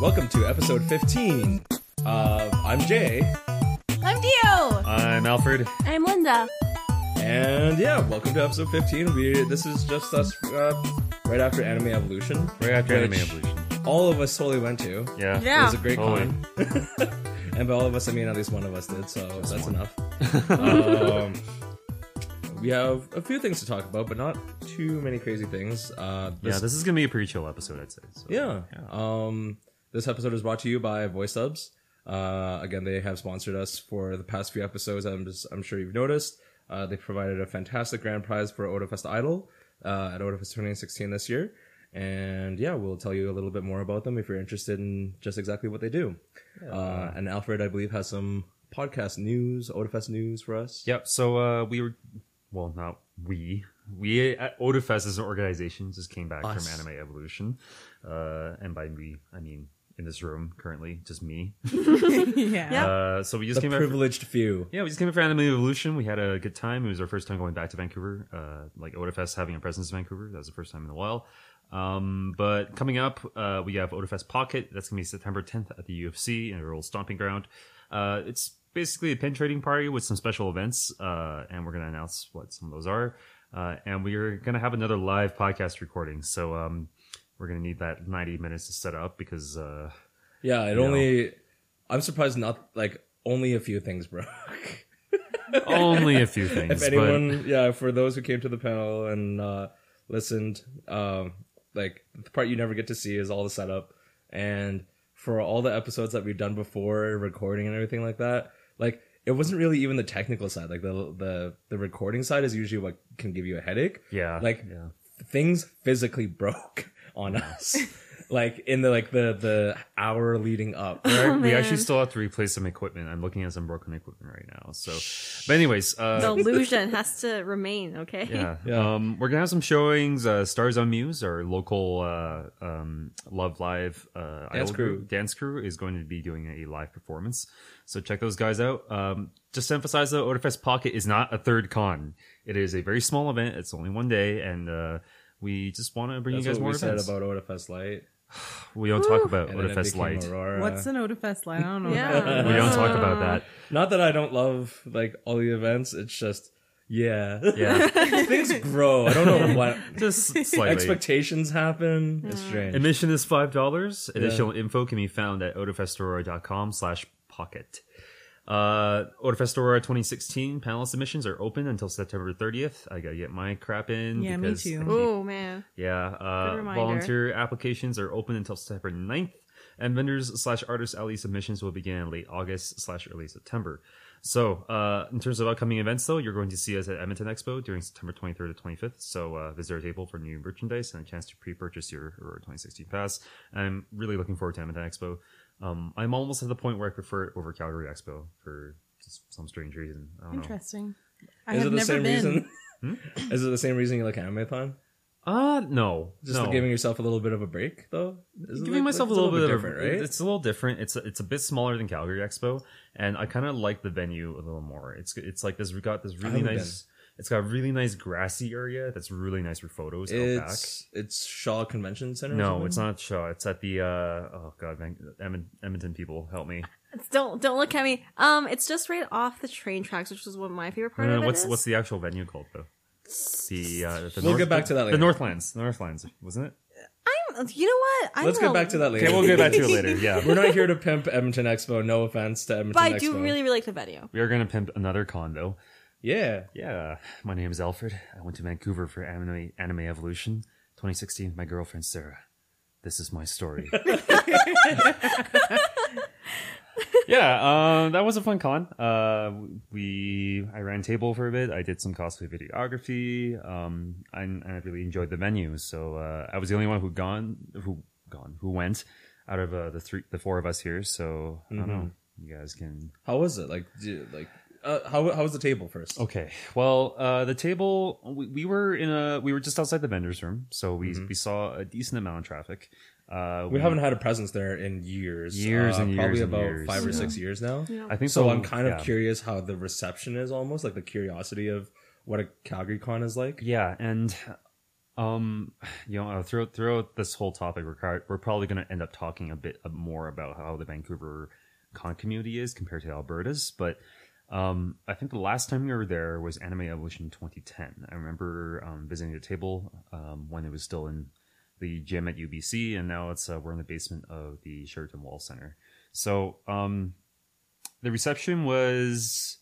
Welcome to episode 15. Uh, I'm Jay. I'm Dio. I'm Alfred. I'm Linda. And yeah, welcome to episode 15. We This is just us uh, right after Anime Evolution. Right after which Anime Evolution. All of us totally went to. Yeah. Yeah. It was a great Totally. con. and by all of us, I mean at least one of us did, so that's enough. um, we have a few things to talk about, but not too many crazy things. Uh, Yeah, this is gonna be a pretty chill episode, I'd say. So. Yeah. Um, this episode is brought to you by Voice Subs. Uh, again, they have sponsored us for the past few episodes. I'm just, I'm sure you've noticed. Uh, they provided a fantastic grand prize for OdaFest Idol uh, at OdaFest 2016 this year. And yeah, we'll tell you a little bit more about them if you're interested in just exactly what they do. Uh, and Alfred, I believe, has some podcast news, OdaFest news for us. Yep. So uh, we were, well, not we. We at Odafest as an organization just came back Us. from Anime Evolution, uh, and by me I mean in this room currently just me. Yeah. Uh, so we just The came back. privileged few. Yeah, we just came back from Anime Evolution. We had a good time. It was our first time going back to Vancouver. Uh, like Odafest having a presence in Vancouver. That was the first time in a while. Um, but coming up, uh, we have Odafest Pocket. That's going to be September 10th at the UFC in our old stomping ground. Uh, it's basically a pin trading party with some special events, uh, and we're going to announce what some of those are. Uh, and we're going to have another live podcast recording. So um, we're going to need that 90 minutes to set up because. Uh, Yeah, it know. only. I'm surprised not like only a few things broke. only a few if things. anyone yeah for those who came to the panel and uh listened um like the part you never get to see is all the setup and for all the episodes that we've done before recording and everything like that like it wasn't really even the technical side like the the the recording side is usually what can give you a headache But, yeah. like yeah. things physically broke on us like in the like the the hour leading up All right, we Oh, man. actually still have to replace some equipment. I'm looking at some broken equipment right now. So, but anyways, The uh, illusion has to remain, okay? yeah, Yeah. Um, we're gonna have some showings. Uh, Stars on Muse, our local uh, um, Love Live uh, idol crew. group, dance crew, is going to be doing a live performance. So check those guys out. Um, just to emphasize though, Odafest Pocket is not a third con. It is a very small event. It's only one day, and uh, we just want to bring that's you guys what more we said events. about Odafest Light we don't talk about and then it Odafest became Light. Aurora. What's an Odafest line? I don't know. Yeah. what that We is. don't talk about that. Not that I don't love like all the events. It's just yeah, Yeah. things grow. I don't know what just slightly. expectations happen. Mm. It's strange. Admission is five dollars. Additional info can be found at odafestaurora.com slash pocket. Uh, Odafest Aurora 2016 panel submissions are open until September 30th. I gotta get my crap in. Yeah, me because I too. keep- Oh man. Yeah, uh, reminder. volunteer applications are open until September 9th, and vendors slash artist alley submissions will begin in late August slash early September. So, uh, in terms of upcoming events, though, you're going to see us at Edmonton Expo during September 23rd to 25th. So, uh, visit our table for new merchandise and a chance to pre-purchase your Aurora 2016 pass. I'm really looking forward to Edmonton Expo. Um, I'm almost at the point where I prefer it over Calgary Expo for just some strange reason. I don't know. Interesting. I Is have it the never same been. reason? Hmm? Is it the same reason you like animathon? Uh, no, Just no. for giving yourself a little bit of a break, though. Is it giving like- myself a it's little, bit, different, of a, right? It's a little different. It's it's a bit smaller than Calgary Expo, and I kind of like the venue a little more. It's it's like this. We got this really haven't nice. It's got a really nice grassy area that's really nice for photos out back. it's it's Shaw Convention Center. or No, something? it's not Shaw. It's at the uh, oh god, man, Edmon- Edmonton people, help me. It's- Don't don't look at me. Um, it's just right off the train tracks, which is one of my favorite part No, of no, it what's is. what's the actual venue called though? The, uh, the We'll get back to that later. The Northlands, the Northlands, wasn't it? I'm, you know what? I'm Let's a- get back to that later. Okay, we'll get back to it later. Yeah, We're not here to pimp Edmonton Expo. No offense to Edmonton But Expo. I do really really like the venue. we are gonna pimp another condo. yeah. Yeah, my name is Alfred. I went to Vancouver for Anime, anime Evolution 2016 with my girlfriend Sarah. This is my story. yeah, uh, that was a fun con. Uh, we I ran table for a bit. I did some cosplay videography, um, and, and I really enjoyed the venue. So uh, I was the only one who gone who gone who went out of uh, the three the four of us here. So I don't know. You guys can How was it? Like, do, like, uh, how how was the table first? Okay. Well, uh, the table we, we were in a we were just outside the vendors room, so we we saw a decent amount of traffic. Uh, Mm-hmm. We haven't had a presence there in years. Years uh, and years probably and about years, five or yeah. six years now. Yeah. I think So I'm kind of yeah. curious how the reception is almost like the curiosity of what a Calgary con is like. Yeah, and Um, you know, uh, throughout throughout this whole topic, we're cri- we're probably going to end up talking a bit uh, more about how the Vancouver con community is compared to Alberta's. But um, I think the last time we were there was Anime Evolution 2010. I remember um, visiting the table um, when it was still in the gym at UBC, and now it's uh, we're in the basement of the Sheraton Wall Center. So um, the reception was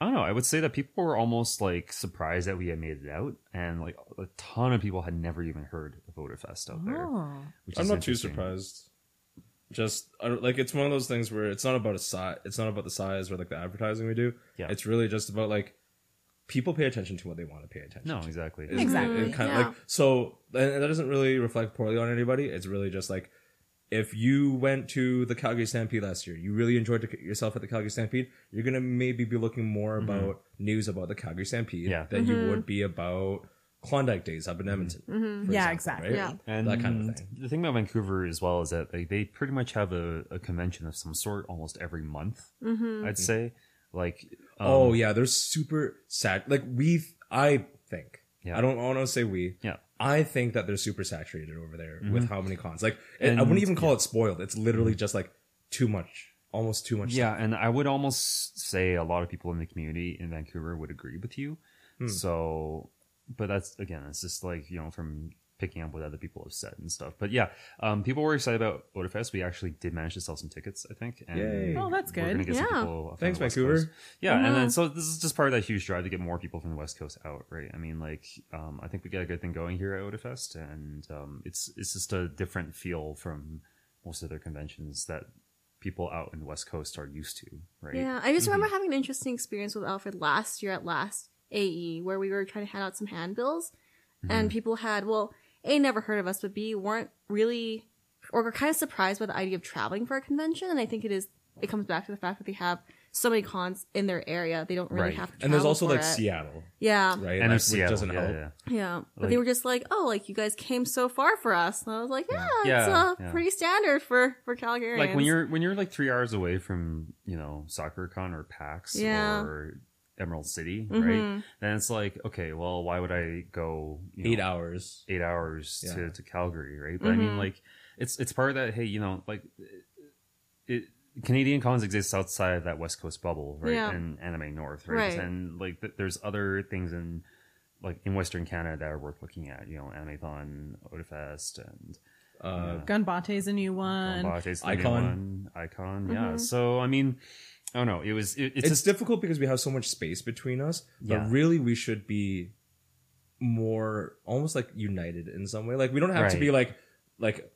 I don't know. I would say that people were almost like surprised that we had made it out, and like a ton of people had never even heard of Odafest out there. Oh. Which I'm is not too interesting. surprised. Just I don't- like it's one of those things where it's not about a size. It's not about the size or like the advertising we do. Yeah. It's really just about like people pay attention to what they want to pay attention. No, to. exactly. It's- Exactly. it kind of Yeah. like so, and and that doesn't really reflect poorly on anybody. It's really just like if you went to the Calgary Stampede last year, you really enjoyed the- yourself at the Calgary Stampede. You're gonna maybe be looking more about news about the Calgary Stampede Mm-hmm. Yeah. Mm-hmm. than you would be about Klondike Days up in Edmonton. Mm-hmm, for Yeah, example, exactly. right? Yeah. and that kind of thing. The thing about Vancouver as well is that like, they pretty much have a, a convention of some sort almost every month. Mm-hmm. I'd say, like, um, oh yeah, they're super sad. Like we, I think. Yeah. I don't want to say we. Yeah. Mm-hmm. I think that they're super saturated over there with how many cons. Like And- Mm-hmm. I wouldn't even call it spoiled. It's literally just like too much, almost too much. Yeah, and I would almost say a lot of people in the community in Vancouver would agree with you. Hmm. So, but that's again, it's just like you know from picking up what other people have said and stuff. But yeah, um, people were excited about Odafest. We actually did manage to sell some tickets, I think. And Yay. Oh, that's We're gonna good. Uh-huh. get some Yeah. people from Thanks, the West Vancouver. Coast. Yeah, Yeah. and then so this is just part of that huge drive to get more people from the West Coast out, right? I mean, like, um, I think we got a good thing going here at Odafest, and um, it's it's just a different feel from most other conventions that people out in the West Coast are used to, right? Yeah, I just Mm-hmm. remember having an interesting experience with Alfred last year at last AE, where we were trying to hand out some handbills, Mm-hmm. Mm. and people had well, a never heard of us, but b weren't really or were kind of surprised by the idea of traveling for a convention. And I think it is it comes back to the fact that they have so many cons in their area, they don't really Right. have to. And there's travel also for like it. Seattle, yeah, right? And like, there's Seattle, doesn't yeah, help. yeah. yeah. But they Like- were just like, oh, like you guys came so far for us, and I was like, yeah, it's Yeah, uh, yeah. pretty standard for for Calgarians. Like when you're when you're like three hours away from you know SoccerCon or PAX Yeah. or Emerald City, right? Mhm. Then it's like, okay, well, why would I go you know, Eight hours. eight hours Yeah. to, to Calgary, right? But I mean, Mhm. like, it's it's part of that. Hey, you know, like, it, Canadian cons exists outside of that West Coast bubble, right? Yeah. And anime North, right? Right. And like, th- there's other things in like in Western Canada that are worth looking at. You know, Animethon, Odafest, and Uh, Gunbate's a new one. Bombate's the new Icon. one, Icon. Yeah. Mm-hmm. So I mean, I don't know. It was it, it's, It's, just difficult because we have so much space between us, but Yeah. really we should be more almost like united in some way. Like we don't have to Right. be like like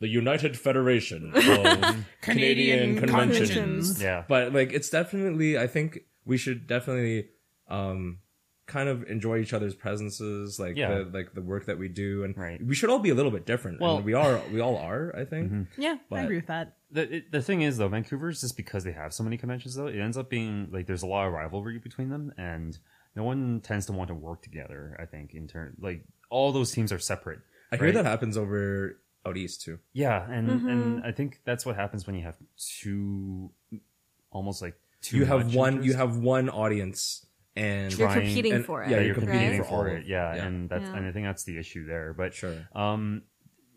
the United Federation of Canadian Conventions. yeah. but like it's definitely i think we should definitely um kind of enjoy each other's presences like Yeah. the like the work that we do and Right. we should all be a little bit different Well- and we are we all are i Mm-hmm. think Yeah, But- I agree with that. the it- the thing is though, Vancouver's just because they have so many conventions though, it ends up being like there's a lot of rivalry between them, and no one tends to want to work together. I think in turn, like all those teams are separate. i hear Right. that happens over out east too Yeah, and and I think that's what happens when you have two, almost like two. you have much one interest. you have one audience and You're trying- competing and- for it. yeah, that you're you're competing right? for Yeah. it. Yeah, Yeah. and that's Yeah. and I think that's the issue there. But sure Um,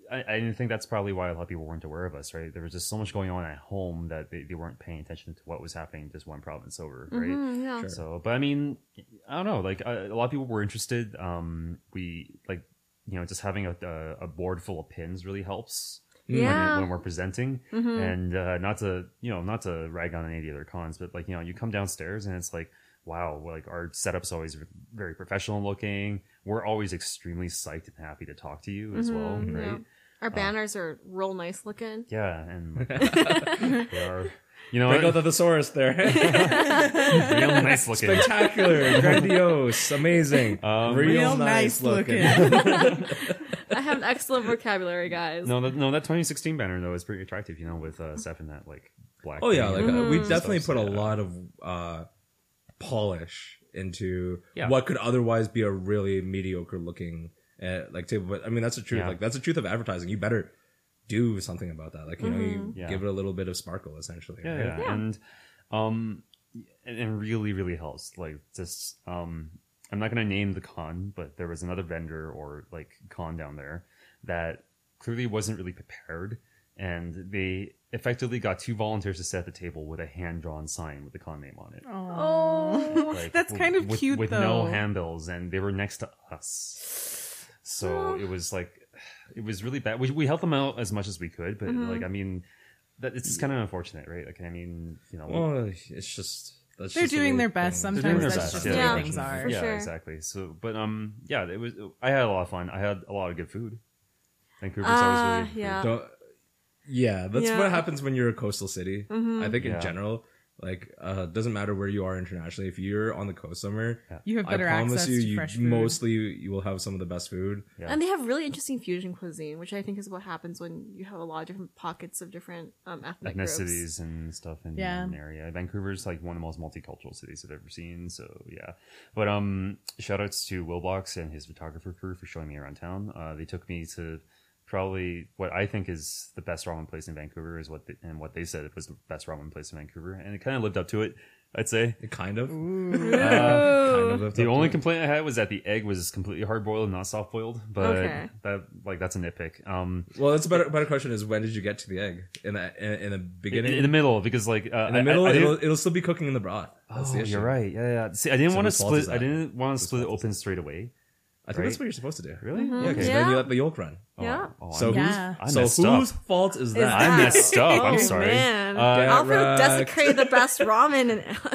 I, I didn't think that's probably why a lot of people weren't aware of us, right? There was just so much going on at home that they, they weren't paying attention to what was happening just one province over, right? Mhm, yeah. Sure. So, but I mean, I don't know. Like a, a lot of people were interested. Um, we like you know just having a a, a board full of pins really helps. when- Yeah. When, we're presenting, Mhm. and uh, not to you know not to rag on any of the other cons, but like you know you come downstairs and it's like wow, we're, like our setup's always very professional looking. We're always extremely psyched and happy to talk to you as well, Mhm, yeah. right? Uh, Our banners are real nice looking. Yeah, and like, we are, you know, Mm. Break out the thesaurus there. real nice looking. Spectacular, grandiose, amazing, Um, real, Real nice, nice looking. I have an excellent vocabulary, guys. No, that, no, that 2016 banner though is pretty attractive. You know, with uh, Seth in that like black. Oh yeah, thing like and uh, we stuff, definitely so, put a yeah. lot of uh, polish into Yeah. what could otherwise be a really mediocre looking uh, like table. But I mean, that's the truth. Yeah. Like that's the truth of advertising. You better do something about that. Like you know, you Yeah. give it a little bit of sparkle, essentially. Yeah, right? yeah, and um, and, and really, really helps. Like just um, I'm not going to name the con, but there was another vendor or like con down there that clearly wasn't really prepared, and they effectively got two volunteers to sit at the table with a hand drawn sign with the con name on it. Oh, Like, that's with- kind of with, cute with no though. handbills, and they were next to us. So Oh. it was like, it was really bad. We we helped them out as much as we could, but Mm-hmm. Mhm. like I mean, that it's kind of unfortunate, right? Like I mean, you know, Well, Oh, it's just that's They're just the doing way their best things- they're Sometimes doing their best, that's just the way yeah. things are. Yeah, For sure. exactly. So, but um, yeah, it was. I had a lot of fun. I had a lot of good food. Vancouver's Uh, always really good yeah. food. Don't, yeah, that's Yeah. what happens when you're a coastal city. Mm-hmm. I think Yeah. in general, like, uh, doesn't matter where you are internationally. If you're on the coast somewhere, You have I better promise access you, to you fresh food. mostly you will have some of the best food. Yeah. And they have really interesting fusion cuisine, which I think is what happens when you have a lot of different pockets of different um, ethnic groups. ethnicities and stuff in Yeah. an area. Vancouver's like one of the most multicultural cities I've ever seen. So yeah, but um, shout outs to Willbox and his photographer crew for showing me around town. Uh, they took me to probably what I think is the best ramen place in Vancouver is what they, and what they said it was the best ramen place in Vancouver, and it kind of lived up to it. I'd say. It kind of. Uh, Kind of lived The up to only it. complaint I had was that the egg was completely hard boiled and not soft boiled, but Okay. that like that's a nitpick. Um, well, that's a better better question is when did you get to the egg in the in, in the in, beginning in the middle because like uh, In I- the I- middle I didn't- it'll it'll still be cooking in the broth. That's oh, the issue. you're right. Yeah, yeah. See, I didn't So want to whose fault is split. I that? didn't want to split it fault is open straight away. I think that's what you're supposed to do. Really? Mm-hmm. Mm, Yeah, because Okay. then you Yeah. let the yolk run. Yeah. Oh, So I'm- Yeah. I so messed whose up. fault is that? I that- messed up. I'm Oh, sorry. Man. Uh, Get Alfred wrecked. desecrated the best ramen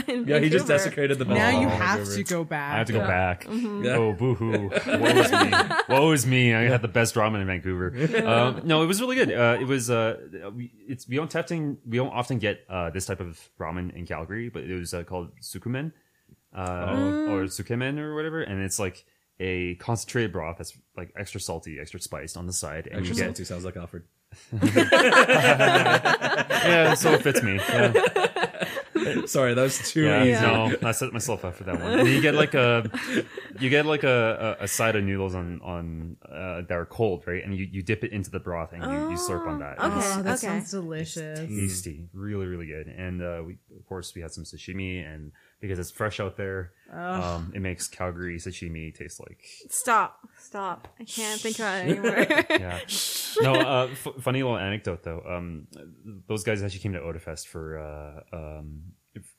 in, in yeah, he just Vancouver. desecrated the best. Now ramen you in have Vancouver. to go back. I have to go back. Yeah. Mm-hmm. Oh, boo-hoo. Woe is me. Woe is me. I had the best ramen in Vancouver. Um, no, it was really good. Uh, it was, uh, we, it's, we don't often, we don't often get, uh, this type of ramen in Calgary, but it was uh, called sukumen, uh, Oh. or sukemen or whatever. And it's like a concentrated broth that's like extra salty, extra spiced on the side. And Extra you get, salty sounds like Alfred. Yeah, so it fits me. Yeah. Sorry, that was too Yeah, easy. no, I set myself up for that one. And you get like a, you get like a, a, a side of noodles on on uh, that are cold, right? And you, you dip it into the broth and you, you slurp on that. And Oh, It's Okay, that okay. sounds delicious. tasty, really, really good. And uh, we of course we had some sashimi, and because it's fresh out there, um, it makes Calgary sashimi taste like Stop. Stop. I can't think about it anymore. yeah. No, uh, f- funny little anecdote though. Um, those guys actually came to Odafest for uh, um, if-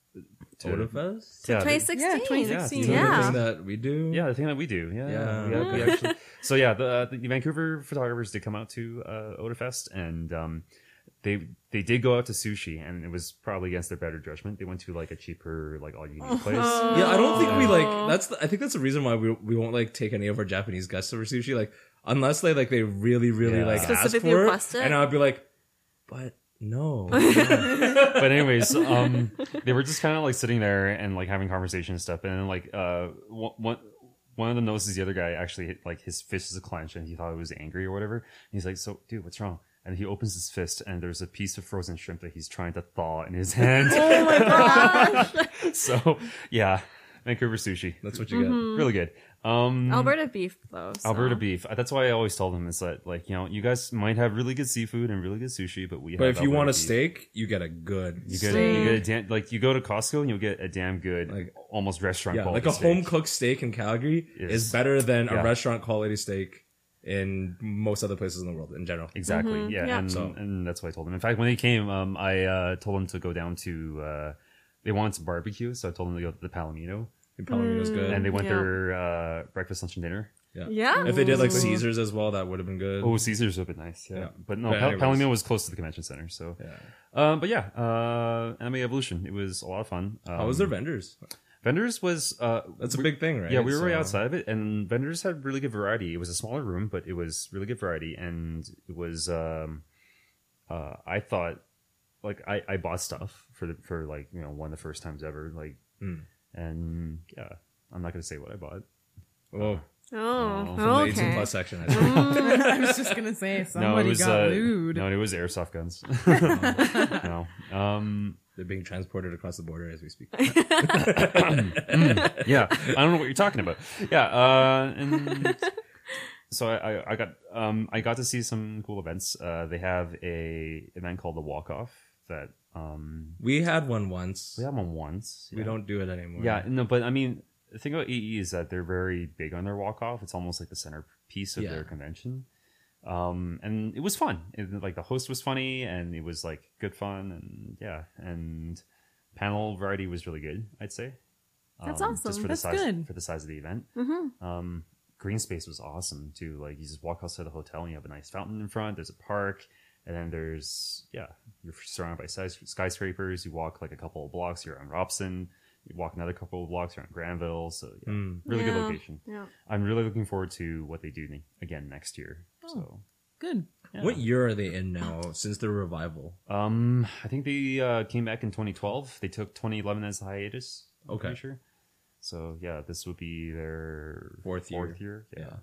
to- Odafest? Yeah, they- 2016. Yeah, 2016. 2016. You know the Yeah. thing that we do? Yeah, the thing that we do. Yeah, Yeah. We, we actually. So yeah, the, uh, the Vancouver photographers did come out to uh, Odafest, and um, they they did go out to sushi, and it was probably against their better judgment. They went to like a cheaper, like all you can eat place. Yeah, I don't think we like that's the, I think that's the reason why we we won't like take any of our Japanese guests over sushi like unless they like they really really Yeah. like ask Specifically for request it? and I'd be like but no. but anyways, um, they were just kind of like sitting there and like having conversation and stuff, and then like uh, one. one one of them notices the other guy actually hit, like his fist is clenched and he thought it was angry or whatever. And he's like, "So, dude, what's wrong?" And he opens his fist and there's a piece of frozen shrimp that he's trying to thaw in his hand. Oh my gosh. so yeah, Vancouver sushi, that's what you get. really good. Um, Alberta beef, though. so. Alberta beef. Uh, That's why I always tell them is that like you know you guys might have really good seafood and really good sushi, but we. But have if you want a Alberta beef. steak, you get a good you steak. get you get a damn like you go to Costco and you'll get a damn good Like- almost restaurant yeah, quality like a steak. home cooked steak in Calgary Yes. is better than Yeah. a restaurant quality steak in most other places in the world in general. Exactly. Yeah, Mm-hmm, yeah. and So- and that's what I told them. In fact, when they came, um, I uh, told them to go down to. Uh, they wanted some barbecue, so I told them to go to the Palomino, And Palomino's good. and they went Yeah. there uh, breakfast, lunch, and dinner. yeah. Yeah. If they did like Caesars as well, that would have been good. Oh, Caesar's would have been nice. Yeah, Yeah. but no, But Pal- anyways. Palomino was close to the convention center, so. Yeah. Um, but yeah, uh, Anime Evolution. It was a lot of fun. Um, How was their vendors? vendors was uh, That's a we- big thing, right? Yeah, we were right So- outside of it, and vendors had really good variety. It was a smaller room, but it was really good variety, and it was. Um, uh, I thought, like, I, I bought stuff for the, for like you know one of the first times ever, like, Mm. and yeah, I'm not gonna say what I bought. Oh, Oh, from the 18 okay. Oh. plus section. I think. I was just gonna say somebody was got uh, lewd. no, it was airsoft guns. no, um, They're being transported across the border as we speak. yeah, I don't know what you're talking about. Yeah, uh, and so I, I, I got um, I got to see some cool events. Uh, they have a event called the Walk Off that um, We had one once. we had one once. We yeah. don't do it anymore. Yeah, no, but I mean, the thing about AE is that they're very big on their walk off. It's almost like the centerpiece of Yeah. their convention. Um, and it was fun. It, like the host was funny, and it was like good fun, and yeah, and panel variety was really good. I'd say Um, That's awesome. Just for That's the size good. for the size of the event. Um, green space was awesome too. Like you just walk outside the hotel, and you have a nice fountain in front. There's a park, and then there's yeah, you're surrounded by skys- skyscrapers. You walk like a couple of blocks, you're on Robson. You walk another couple of blocks, you're on Granville. So yeah, Mm. really good Yeah. location. Yeah. I'm really looking forward to what they do ne- again next year. So Good. yeah. What year are they in now since their revival? Um, I think they uh, came back in 2012. They took 2011 as a hiatus. I'm Okay. pretty sure. So yeah, this would be their Fourth year. Fourth year. Yeah. yeah.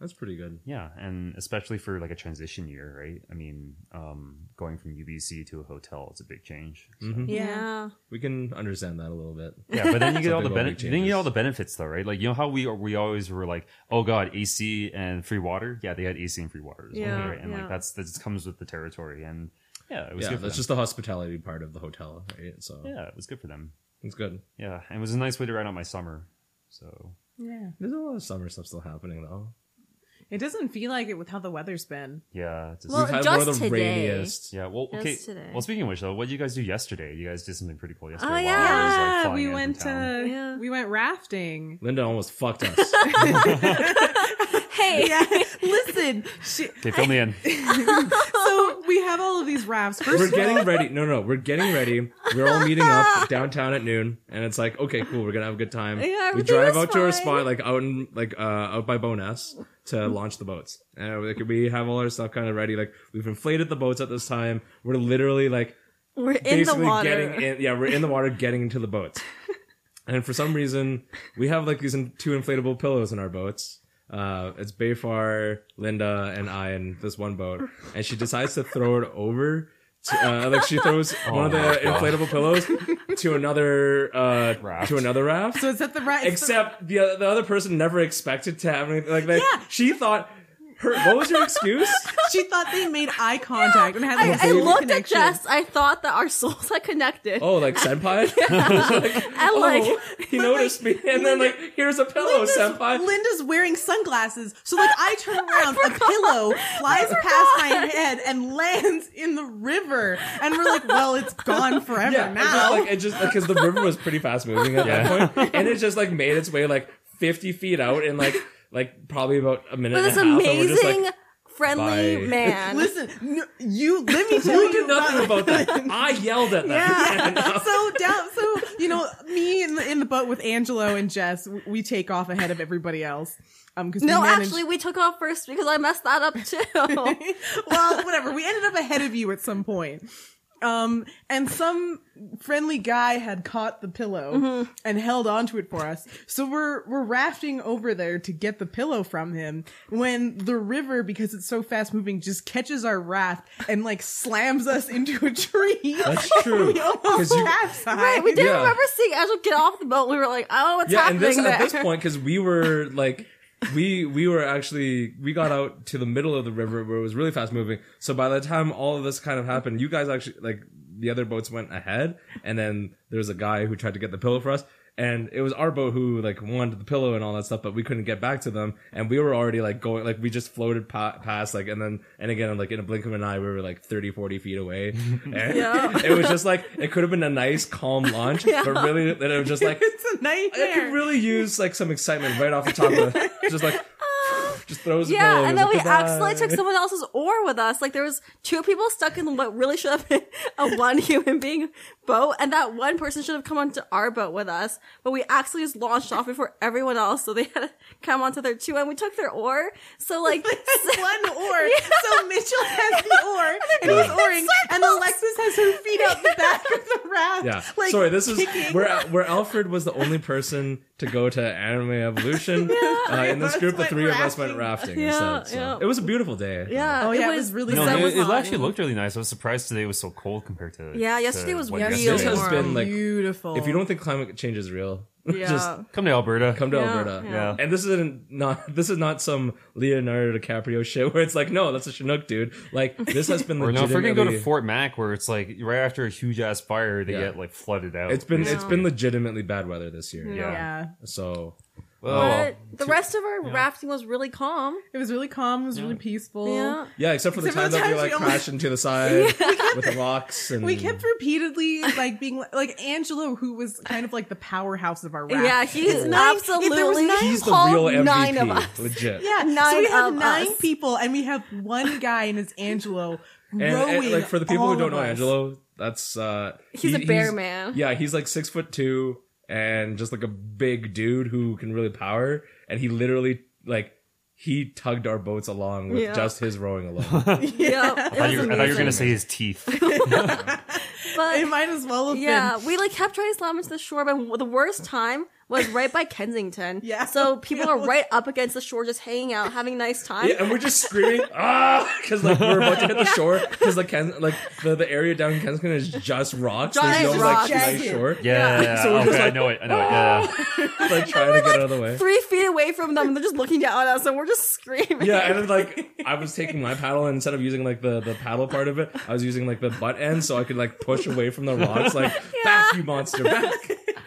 That's pretty good. and especially for like a transition year, right? I mean, um, going from UBC to a hotel is a big change. So- Mhm. Yeah. We can understand that a little bit. Yeah, but then you get all Something the about benefits. big Then you get all changes. the benefits, though, right? Like you know how we we always were like, oh god, AC and free water. Yeah, they had AC and free water as well, Yeah, right? And yeah. like that's that just comes with the territory, and yeah, it was Yeah, good. that's For uh, them. just the hospitality part of the hotel, right? So yeah, it was good for them. it's good. Yeah, and it was a nice way to ride out my summer. So Yeah. There's a lot of summer stuff still happening though. It doesn't feel like it with how the weather's been. yeah, just, Well, We've had one of the just today. rainiest. yeah. Well, Just okay. today. Well, speaking of which, though, what did you guys do yesterday? You guys did something pretty cool yesterday. Oh, while I was, yeah. like, Yeah, flying Ah, we in from went to town. Yeah. we went rafting. Linda almost fucked us. Hey. Listen, she, Okay, fill me in. so we have all of these rafts. First we're of all, getting ready. No, no, we're getting ready. We're all meeting up downtown at noon, and it's like, okay, cool, we're gonna have a good time. Yeah, we everything drive was out to our fine. spot, like out in like uh out by Bonas to launch the boats, and we- like, we have all our stuff kind of ready. Like we've inflated the boats at this time. We're literally like We're in the basically water. getting in. Yeah, we're in the water, getting into the boats, and for some reason we have like these in, two inflatable pillows in our boats. Uh, it's Bayfar, Linda, and I in this one boat, and she decides to throw it over. To, uh, like she throws one of Oh my the inflatable pillows to another uh, Raft. to another raft. so it's at the raft. Except the the other person never expected to have anything like, like Yeah. she thought. Her, what was your excuse? she thought they made eye contact and had I, like a I human looked connection. at Jess. I thought that our souls had connected. Oh, like senpai. and like, oh, he noticed me, and then like, here's a pillow, Linda's, senpai. Linda's wearing sunglasses, so like I turn around, a pillow flies past my head and lands in the river, and we're like, "Well, it's gone forever yeah, now." It just, like it just because the river was pretty fast moving at Yeah. that point, and it just like made its way like 50 feet out in like like probably about a minute but this and a half. and we're just amazing, like, friendly bye. man. Listen, n- you let me tell you, you did nothing about that. I yelled at them. Yeah. so down. So you know, me in the, in the boat with Angelo and Jess, we, we take off ahead of everybody else. Um, because no, we managed- actually, we took off first because I messed that up too. well, whatever. We ended up ahead of you at some point. Um, and some friendly guy had caught the pillow Mm-hmm. and held onto it for us. So we're, we're rafting over there to get the pillow from him when the river, because it's so fast moving, just catches our raft and like slams us into a tree. That's true. we almost 'Cause you- capsized. Right, we didn't Yeah. remember seeing Angel get off the boat. We were like, oh, what's yeah, and happening this there? at this point because we were like. We we were actually we got out to the middle of the river where it was really fast moving. So by the time all of this kind of happened, you guys actually like the other boats went ahead, and then there was a guy who tried to get the pillow for us, and it was our boat who like wanted the pillow and all that stuff, but we couldn't get back to them, and we were already like going like we just floated pa- past like and then and again like in a blink of an eye we were like 30, 40 feet away. And Yeah. it was just like it could have been a nice calm launch, but really then it was just like it's a nightmare. I could really use like some excitement right off the top of the, just like just throws a yeah, pillow and then we like, "Goodbye." accidentally took someone else's oar with us. Like there was two people stuck in what really should have been a one human being boat, and that one person should have come onto our boat with us. But we actually just launched off before everyone else, so they had to come onto their two, and we took their oar. So like, has one oar. So Mitchell has the oar, and he's oaring, and Alexis has her feet out the back of the raft. Yeah. like, Sorry, this is kicking. where where Alfred was the only person to go to Anime Evolution. uh, in this Us group, the went three of us went rafting Yeah, instead. So. yeah. It was a beautiful day. yeah, Oh, yeah, it was really the No, That sun it, was it hot. actually looked really nice. I was surprised today was so cold compared to Yeah, to yesterday was what real This yesterday has warm. been like beautiful. if you don't think climate change is real, Yeah. Just- Come to Alberta. Come to Yeah, Alberta. yeah. And this isn't not this is not some Leonardo DiCaprio shit where it's like, no, that's a Chinook, dude. Like this has been Or no, if we're gonna go to legitimately- Fort Mac, where it's like right after a huge ass fire, they Yeah. get like flooded out. It's been it's Yeah. been legitimately bad weather this year. Yeah. yeah. So Oh, well, but the rest of our rafting was really calm. It was really calm. It was really peaceful. Yeah. yeah, except for the Except for time that the we times like we almost- crashed into the side with the rocks and We kept repeatedly like being like, like Angelo, who was kind of like the powerhouse of our raft. Yeah, he's Nine- absolutely. there was nine- he's the all real MVP. Nine of us. Legit. Yeah, Nine so we had of nine us. people, and we have one guy, and it's Angelo. And, and, rowing like for the people who all don't of know us. Angelo, that's uh He's a bear man. Yeah, he's like six foot two and just like a big dude who can really power. And he literally like he tugged our boats along with Yeah. just his rowing alone. Yeah, I thought, you were, I thought you were gonna say his teeth. But It might as well have yeah, been. we like kept trying to slam into the shore, but w- the worst time was right by Kensington. Yeah. so people Yeah. are right up against the shore, just hanging out, having a nice time. yeah, and we're just screaming ah because like we're about to hit the shore because like Ken, like the, the area down in Kensington is just rocks. Giant There's no rocks. like nice Jagged. shore. Yeah, So we're okay, just I like- "Ah!" know it. I know it. Yeah, Like trying to get out of the way. Three feet away from them, and they're just looking down at us, and we're just screaming. Yeah, and then like I was taking my paddle and instead of using like the, the paddle part of it, I was using like the butt end so I could like push away from the rocks, like back you monster, back.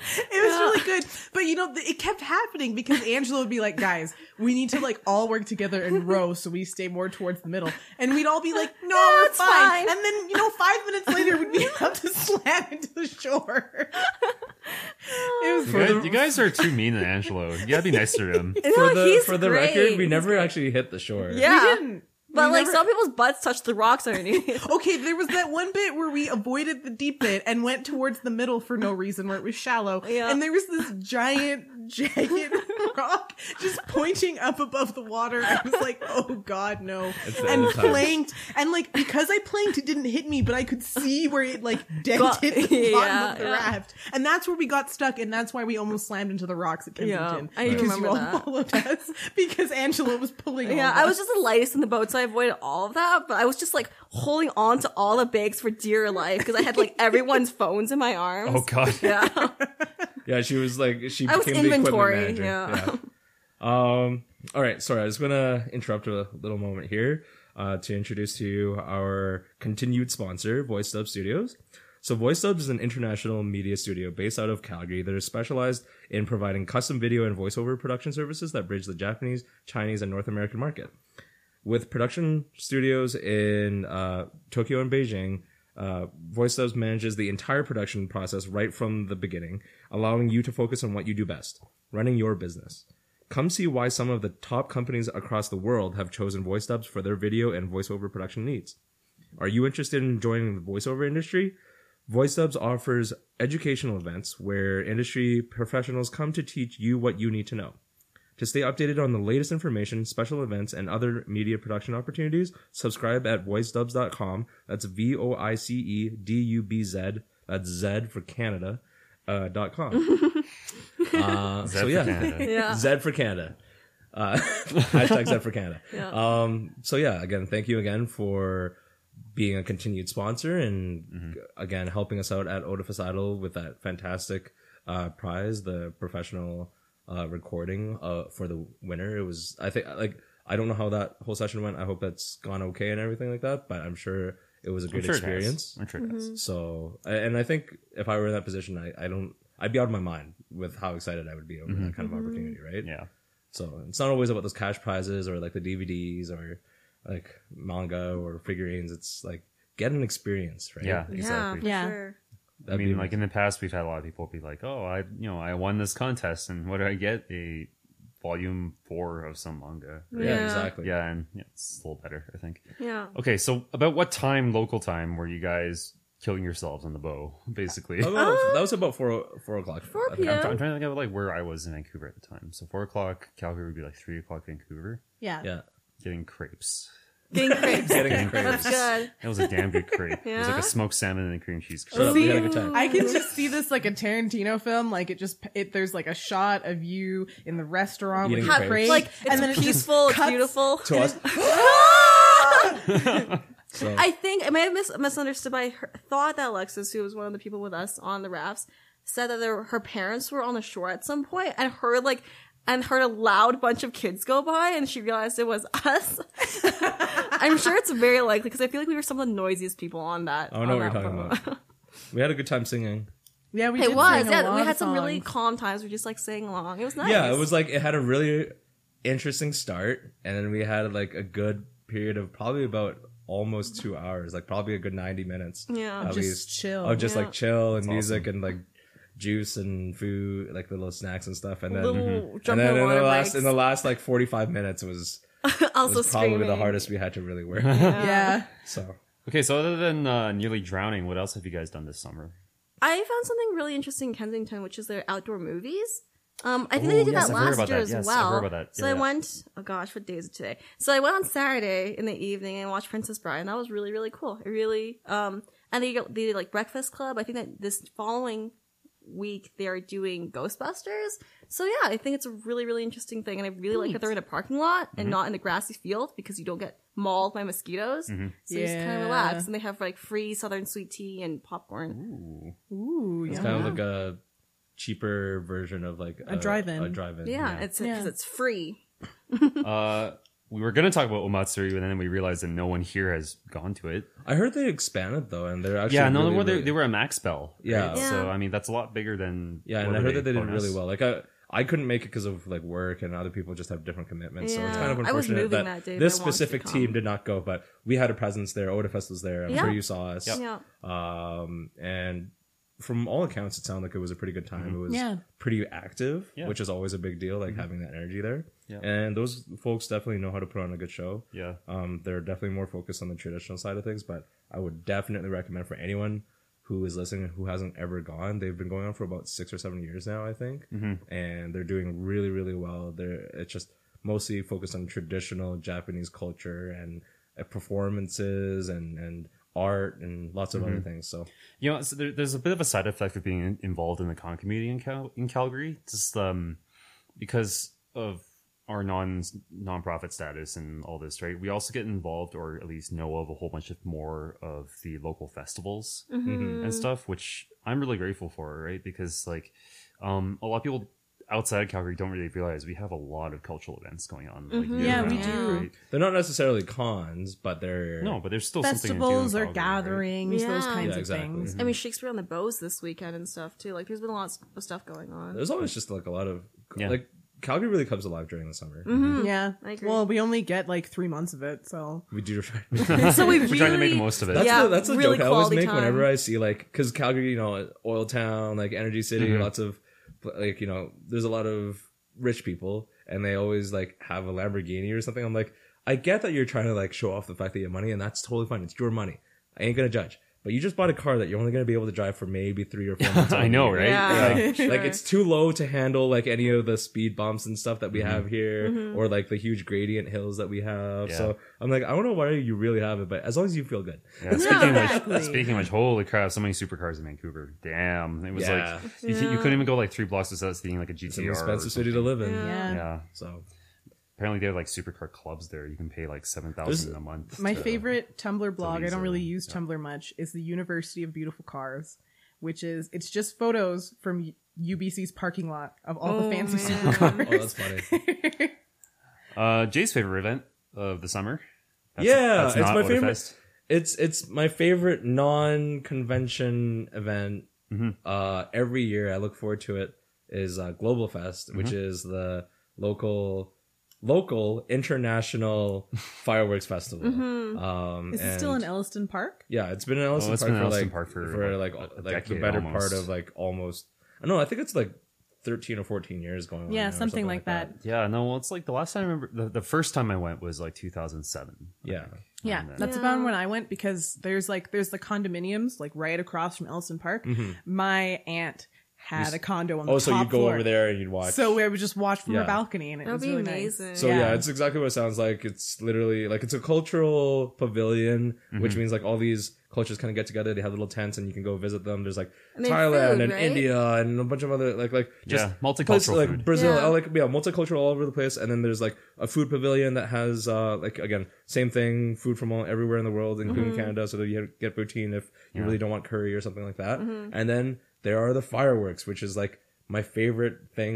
It was really good, but you know, th- it kept happening because Angelo would be like, "Guys, we need to like all work together and row so we stay more towards the middle," and we'd all be like, "No, we're it's fine. fine. And then you know, five minutes later, we'd be about to slam into the shore. it was you guys, you guys are too mean to Angelo. You gotta be nicer to him. No, for the he's for the great. record, we never actually hit the shore. yeah, We didn't. but We like never- some people's butts touch the rocks Oh, underneath. Okay, there was that one bit where we avoided the deep bit and went towards the middle for no reason where it was shallow. Yeah. And there was this giant, jagged rock just pointing up above the water. I was like, oh god, no. It's the And end times. planked. And like, because I planked, it didn't hit me, but I could see where it like dented Got- the bottom yeah, of the yeah. raft. And that's where we got stuck. And that's why we almost slammed into the rocks at Yeah, Kensington. I because remember you all that. followed us because Angela was pulling all Yeah, of I us. was just the lightest in the boat, so I avoided all of that. But I was just like holding on to all the bags for dear life because I had like everyone's phones in my arms. Oh God. Yeah, Yeah, she was like she I was became the equipment inventory, manager. yeah. Yeah. Um all right, sorry, I was gonna interrupt a little moment here uh, to introduce to you our continued sponsor, Voice Dub Studios. So Voice Dubs is an international media studio based out of Calgary that is specialized in providing custom video and voiceover production services that bridge the Japanese, Chinese, and North American market. with production studios in uh, Tokyo and Beijing, uh, Voice Dubs manages the entire production process right from the beginning, allowing you to focus on what you do best running your business. Come see why some of the top companies across the world have chosen Voice Dubs for their video and voiceover production needs. Are you interested in joining the voiceover industry? Voice Dubs offers educational events where industry professionals come to teach you what you need to know. To stay updated on the latest information, special events, and other media production opportunities, subscribe at voicedubs.com. That's V O I C E D U B Z. That's Z for Canada. Uh, dot com. uh, so for yeah, Canada. Yeah. Z for Canada. Uh, hashtag Z for Canada. Yeah. Um, so yeah, again, thank you again for being a continued sponsor and Mm-hmm. again helping us out at Odifus Idol with that fantastic uh, prize, the professional uh, recording uh, for the winner. It was I think like I don't know how that whole session went. I hope that's gone okay and everything like that. But I'm sure it was a I'm great sure it has. experience. I'm sure it has. So I- and I think if I were in that position, I, I don't I'd be out of my mind with how excited I would be over that kind of opportunity, right? Mm-hmm. Yeah. So it's not always about those cash prizes or like the DVDs or like manga or figurines. It's like get an experience, right? Yeah. yeah, for Exactly. Yeah. sure. That'd I mean, be- like in the past, we've had a lot of people be like, "Oh, I, you know, I won this contest, and what do I get? A volume four of some manga." yeah, Yeah. exactly. Yeah, and yeah, it's a little better, I think. Yeah. Okay, so about what time local time were you guys killing yourselves on the bow, basically? Oh, I'm, well, that was about four o- four o'clock. 4 I think. p.m. try- I'm trying to think of like where I was in Vancouver at the time. So four o'clock Calgary would be like three o'clock Vancouver. yeah. Yeah, Getting crepes. Getting crepes. Getting That's crepes. good. That was a damn good crepe. It was like Yeah? a smoked salmon and a cream cheese crepe. Shut up, we See? had a good time. I can just see this like a Tarantino film. Like it just it, there's like a shot of you in the restaurant with Eating your crepes. crepes, Like it's and then it just peaceful, it's cuts- beautiful. To us, so I think I may have mis- misunderstood. But I he- thought that Alexis, who was one of the people with us on the rafts, said that their, her parents were on the shore at some point and heard like and heard a loud bunch of kids go by and she realized it was us. I'm sure it's very likely because I feel like we were some of the noisiest people on that. Oh, I don't know what you're talking about. We had a good time singing. Yeah, we. It did was, sing a yeah. lot We of had some really songs. calm times. We just like sang along. It was nice. Yeah, it was like it had a really interesting start, and then we had like a good period of probably about almost two hours, like probably a good ninety minutes. Yeah. Of at just least, chill. of just Yeah. like chill and music and like juice and food, like little snacks and stuff, and then Little Mm-hmm. and jumping then in water the last bikes. in the last like forty five minutes was also was probably screaming. the hardest we had to really work. Yeah. so Okay, so other than uh, nearly drowning, what else have you guys done this summer? I found something really interesting in Kensington, which is their outdoor movies. Um, I think they Ooh, did yes, that I've heard last about year that. as Yes, I've well. heard about that. So Yeah, I yeah. went. Oh gosh, what day is it today? So I went on Saturday in the evening and watched Princess Bride, and that was really really cool. It really. Um, and they they did like Breakfast Club. I think that this following week they are doing Ghostbusters. So yeah, I think it's a really really interesting thing, and I really like that they're in a parking lot Mm-hmm. and not in the grassy field because you don't get mauled by mosquitoes. Mm-hmm. So you just kind of Yeah. relax, and they have like free Southern sweet tea and popcorn. ooh, Ooh, it's yeah. kind of like a cheaper version of like A drive-in. A drive-in, Yeah, it's because Yeah. it's free. Uh, we were going to talk about Omatsuri, but then we realized that no one here has gone to it. I heard they expanded though, and they're actually yeah, no, really, they, were, they, really- they were a max bell. Yeah. right? Yeah. So, I mean, that's a lot bigger than. Yeah, what and I were heard that they did Bonus? really well. Like I, I couldn't make it because of like work, and other people just have different commitments. So it's Yeah. kind of I was unfortunate that, moving that day, this but I wanted to specific come. team did not go. But we had a presence there. Odafest was there. I'm Yeah. sure you saw us. Yeah. Um, and from all accounts, it sounded like it was a pretty good time. It was Yeah. pretty active, Yeah. Mm-hmm. which is always a big deal. Like having that energy there. Yeah. And those folks definitely know how to put on a good show. Yeah. Um, they're definitely more focused on the traditional side of things, but I would definitely recommend for anyone who is listening who hasn't ever gone. They've been going on for about six or seven years now, I think, and they're doing really, really well. They're it's just mostly focused on traditional Japanese culture and uh, performances and and art and lots of other Mm-hmm. things. So You know, so there, there's a bit of a side effect of being in- involved in the con community in, Cal- in Calgary, just um, because of our non nonprofit status and all this, right? We also get involved, or at least know of, a whole bunch of more of the local festivals Mm-hmm. Mm-hmm. and stuff, which I'm really grateful for, right? Because like, um, a lot of people outside of Calgary don't really realize we have a lot of cultural events going on. Like, year Mm-hmm. Yeah, we round, do. right? they're not necessarily cons, but they're No, but there's still Festivals something to do or in Calgary, right? gatherings, those Yeah. kinds Yeah, exactly. Mm-hmm. of things. I mean, Shakespeare on the Bows this weekend and stuff too. Like, there's been lots of stuff going on. There's always just like a lot of Yeah. like Calgary really comes alive during the summer. Mm-hmm. Yeah. Hmm. I agree. Well, we only get like three months of it, so Mm-hmm. We do. so we We're really trying to make the most of it. That's Yeah, the, that's the really joke I always quality make time. whenever I see like because Calgary, you know, oil town, like energy city, Mm-hmm. lots of like you know, there's a lot of rich people, and they always like have a Lamborghini or something. I'm like, I get that you're trying to like show off the fact that you have money, and that's totally fine. It's your money. I ain't gonna judge. But you just bought a car that you're only gonna be able to drive for maybe three or four months. out of I the know, year. right? Yeah. Like, Sure. like it's too low to handle like any of the speed bumps and stuff that we have here, Mm-hmm. or like the huge gradient hills that we have. Mm-hmm. Yeah. So I'm like, I don't know why you really have it, but as long as you feel good, Yeah, speaking, exactly. of which, speaking of which, holy crap, so many supercars in Vancouver. Damn. It was Yeah. like, you, you couldn't even go like three blocks without seeing like a it's an GTR. or expensive city something. to live in. yeah. Yeah. So Apparently they have like supercar clubs there. You can pay like 7000 a month. My to- favorite Tumblr blog, I these don't are- really use Tumblr much, is the University of Beautiful Cars, which is it's just photos from U- UBC's parking lot of all the fancy oh, that's supercars. funny. Uh, Jay's favorite event of the summer. Yeah, that's it's not my favorite- Otterfest. it's it's my favorite non-convention event Mm-hmm. uh, every year. I look forward to it. Is uh, Global Fest, which Mm-hmm. is the local local international fireworks festival. Um, Mm-hmm. is it still and- in Elliston Park? Yeah, it's been in Elliston, Oh, it's Park, been in for Elliston like, Park for, for like, like, a like the decade better almost. part of like almost. No, I think it's like thirteen or fourteen years going. on Yeah, now or something, like that. Yeah, no, well, it's like the last time I remember, the, the first time I went was like 2007. I Yeah. think. Yeah, And then- that's about when I went because there's like there's the condominiums like right across from Elliston Park. My aunt had a condo on the Mm-hmm. Oh, so top you'd go floor. over there and you'd watch. So I would just watch from her Yeah. balcony, and it That would was be really amazing. nice. So yeah. it's exactly what it sounds like. It's literally like it's a cultural pavilion, Mm-hmm. which means like all these cultures kind of get together. They have little tents, and you can go visit them. There's like And they have Thailand food, and right? India and a bunch of other like like just Yeah, multicultural places, like food. Brazil, Yeah. uh, like yeah, multicultural all over the place. And then there's like a food pavilion that has uh like again same thing, food from all everywhere in the world, including Canada. So that you get poutine if you really don't want curry or something like that. And then There are the fireworks, which is like my favorite thing,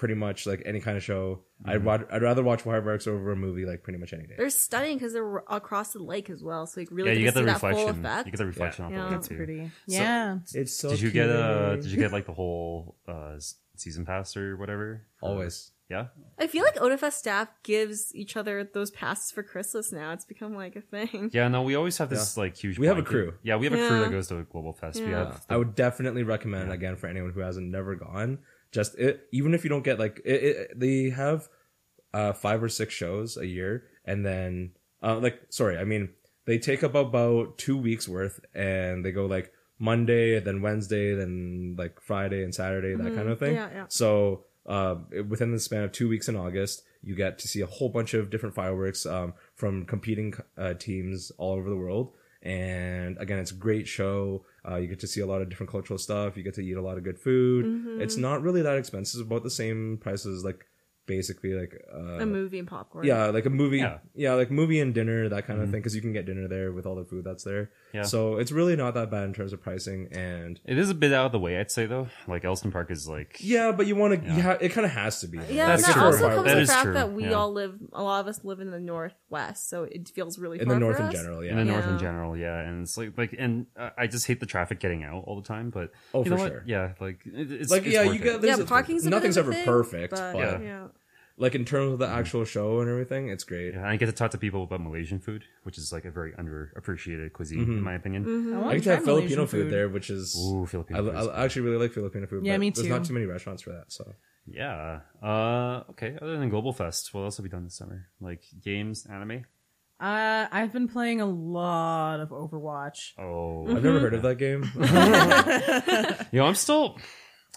pretty much like any kind of show. Mm-hmm. I'd, wa- I'd rather watch fireworks over a movie like pretty much any day. They're stunning because they're across the lake as well, so like really yeah, you get get to the see that full reflection. effect. You get the reflection Yeah. off the lake That's That's too. pretty. Yeah. It's so. did you get uh a? Did you get like the whole uh s- season pass or whatever? Always. Yeah. I feel like OdaFest staff gives each other those passes for Christmas now. It's become like a thing. Yeah. No, we always have this like huge. We have a blanket. crew. Yeah, we have a crew Yeah. that goes to Global Fest. We Yeah. have. I would definitely recommend again for anyone who hasn't never gone. Just it, even if you don't get like it, it, they have uh, five or six shows a year, and then uh, like sorry, I mean they take up about two weeks worth, and they go like Monday, then Wednesday, then like Friday and Saturday, that kind of thing. Mm-hmm. Yeah, yeah. So uh, it- within the span of two weeks in August, you get to see a whole bunch of different fireworks um, from competing uh, teams all over the world. And again, it's a great show. Uh, you get to see a lot of different cultural stuff. You get to eat a lot of good food. Mm-hmm. It's not really that expensive. It's about the same price as like basically like uh, a movie and popcorn. yeah, like a movie. Yeah, Yeah. Mm-hmm. like movie and dinner, that kind of thing, because you can get dinner there with all the food that's there. Yeah. So it's really not that bad in terms of pricing, and It is a bit out of the way, I'd say though. Like Elston Park is like. yeah, but you want to. Yeah. it kind of has to be. Yeah, That's and that true. also That comes with the is fact true, that we yeah. all live, a lot of us live in the northwest, so it feels really in far the north for in us. general. Yeah, in the north Yeah. in general yeah and it's like like and uh, i just hate the traffic getting out all the time but Oh, you know for what? sure. yeah like it, it's like it's yeah, worth you it. get Yeah, there's a- parking's a bit nothing's of a ever thing, perfect, but, but, yeah. Yeah. like in terms of the actual show and everything, it's great. Yeah, and i get to talk to people about malaysian food which is like a very underappreciated cuisine in Mm-hmm. my opinion Mm-hmm. I, I want get to to have try Filipino Malaysian food there, which is Ooh, Filipino I, food is I actually really like Filipino food. Yeah, but me There's not too. too many restaurants for that, so yeah uh okay other than global fest what else have we done this summer like games anime Uh, I've been playing a lot of Overwatch. oh Mm-hmm. I've never heard of that game. you know i'm still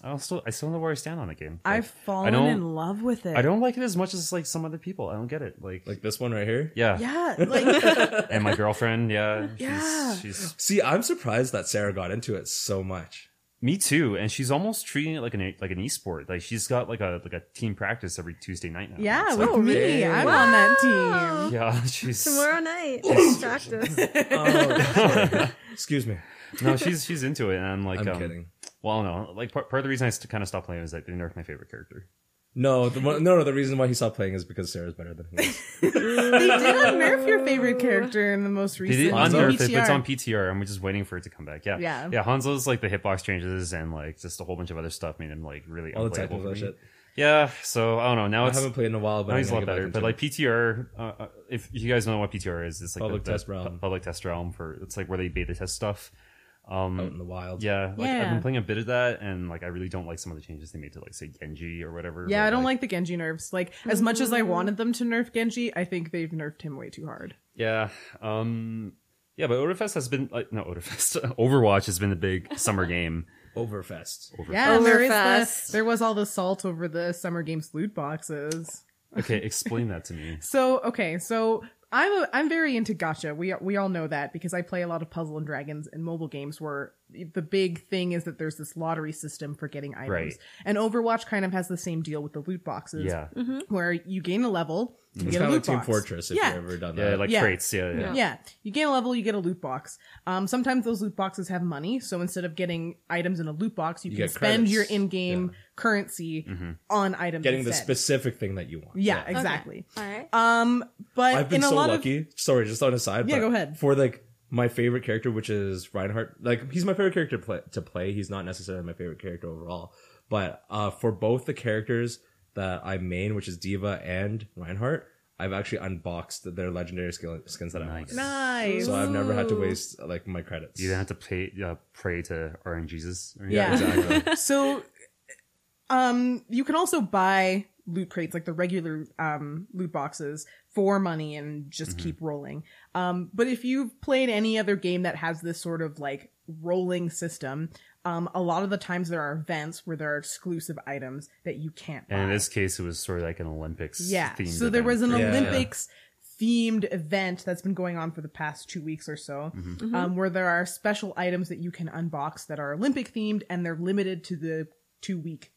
i'm still i still don't know where i stand on that game Like, I've fallen don't- in love with it. i don't like it as much as like some other people i don't get it like, like this one right here. yeah. Yeah, like and my girlfriend yeah she's, Yeah. she's See, I'm surprised that Sarah got into it so much. Me too, and she's almost treating it like an like an esport. Like she's got like a like a team practice every Tuesday night now. yeah, It's with like, me, yeah. I'm on that team. yeah. She's Tomorrow night, it's practice. Oh, sorry. Excuse me. no, she's she's into it, and I'm like, I'm um, kidding. Well, no, like part, part of the reason I kind of stopped playing is that they nerfed my favorite character. No, the one, no, no. The reason why he stopped playing is because Sarah's better than him. They did unnerf your favorite character in the most They recent E did Hanzo? unnerf it, but it's PTR. on PTR, and we're just waiting for it to come back. Yeah, Yeah. yeah. Hanzo's like the hitbox changes and like just a whole bunch of other stuff made him like really All the unplayable technical for me. shit. Yeah, so I don't know. Now I it's haven't played in a while, but Now I'm he's a gonna lot get back better. into But it. like PTR, uh, uh, if you guys don't know what PTR is, it's like Public the, the test realm. pu- public test realm for it's like where they beta test stuff. Um, out in the wild. yeah, like I've Yeah. been playing a bit of that, and like I really don't like some of the changes they made to like say Genji or whatever. Yeah, but, I don't like the Genji nerfs. Like as much as I wanted them to nerf Genji, I think they've nerfed him way too hard. Yeah, um, yeah, but Odafest has been like no Odafest. Overwatch has been the big summer game. Overfest. Over- Yeah, and there is Overfest. the, there was all the salt over the Summer Games loot boxes. Okay, explain that to me. So okay, so I'm a, I'm very into gotcha. We we all know that because I play a lot of Puzzle and Dragons and mobile games where the big thing is that there's this lottery system for getting items. Right. And Overwatch kind of has the same deal with the loot boxes. Yeah, Where you gain a level, you It's get kind a of loot like Team box. Fortress if yeah. you've ever done that. yeah, like Yeah. traits. Yeah, yeah. Yeah. Yeah, you gain a level, you get a loot box. Um, sometimes those loot boxes have money, so instead of getting items in a loot box, you, You can get spend credits. Mm-hmm. your in-game currency on items. getting the instead. specific thing that you want. Yeah, exactly. All right. Um, but I've been in a so lot of lucky. Sorry, just on a side. Yeah, but go ahead. For like my favorite character, which is Reinhardt. Like he's my favorite character to play. To play. He's not necessarily my favorite character overall, but uh, for both the characters that I main, which is Diva and Reinhardt, I've actually unboxed their legendary skill- skins that I wanted. Nice. So I've never had to Ooh. waste like my credits. You don't have to pay, uh, pray to RNGesus. Or Yeah. exactly. so, um, you can also buy loot crates, like the regular um, loot boxes, for money and just keep rolling. Um, but if you've played any other game that has this sort of like rolling system, um, a lot of the times there are events where there are exclusive items that you can't buy. And in this case, it was sort of like an Olympics. yeah. Themed So there was an Yeah. Olympics themed event that's been going on for the past two weeks or so, Mm-hmm. um, where there are special items that you can unbox that are Olympic themed and they're limited to the two week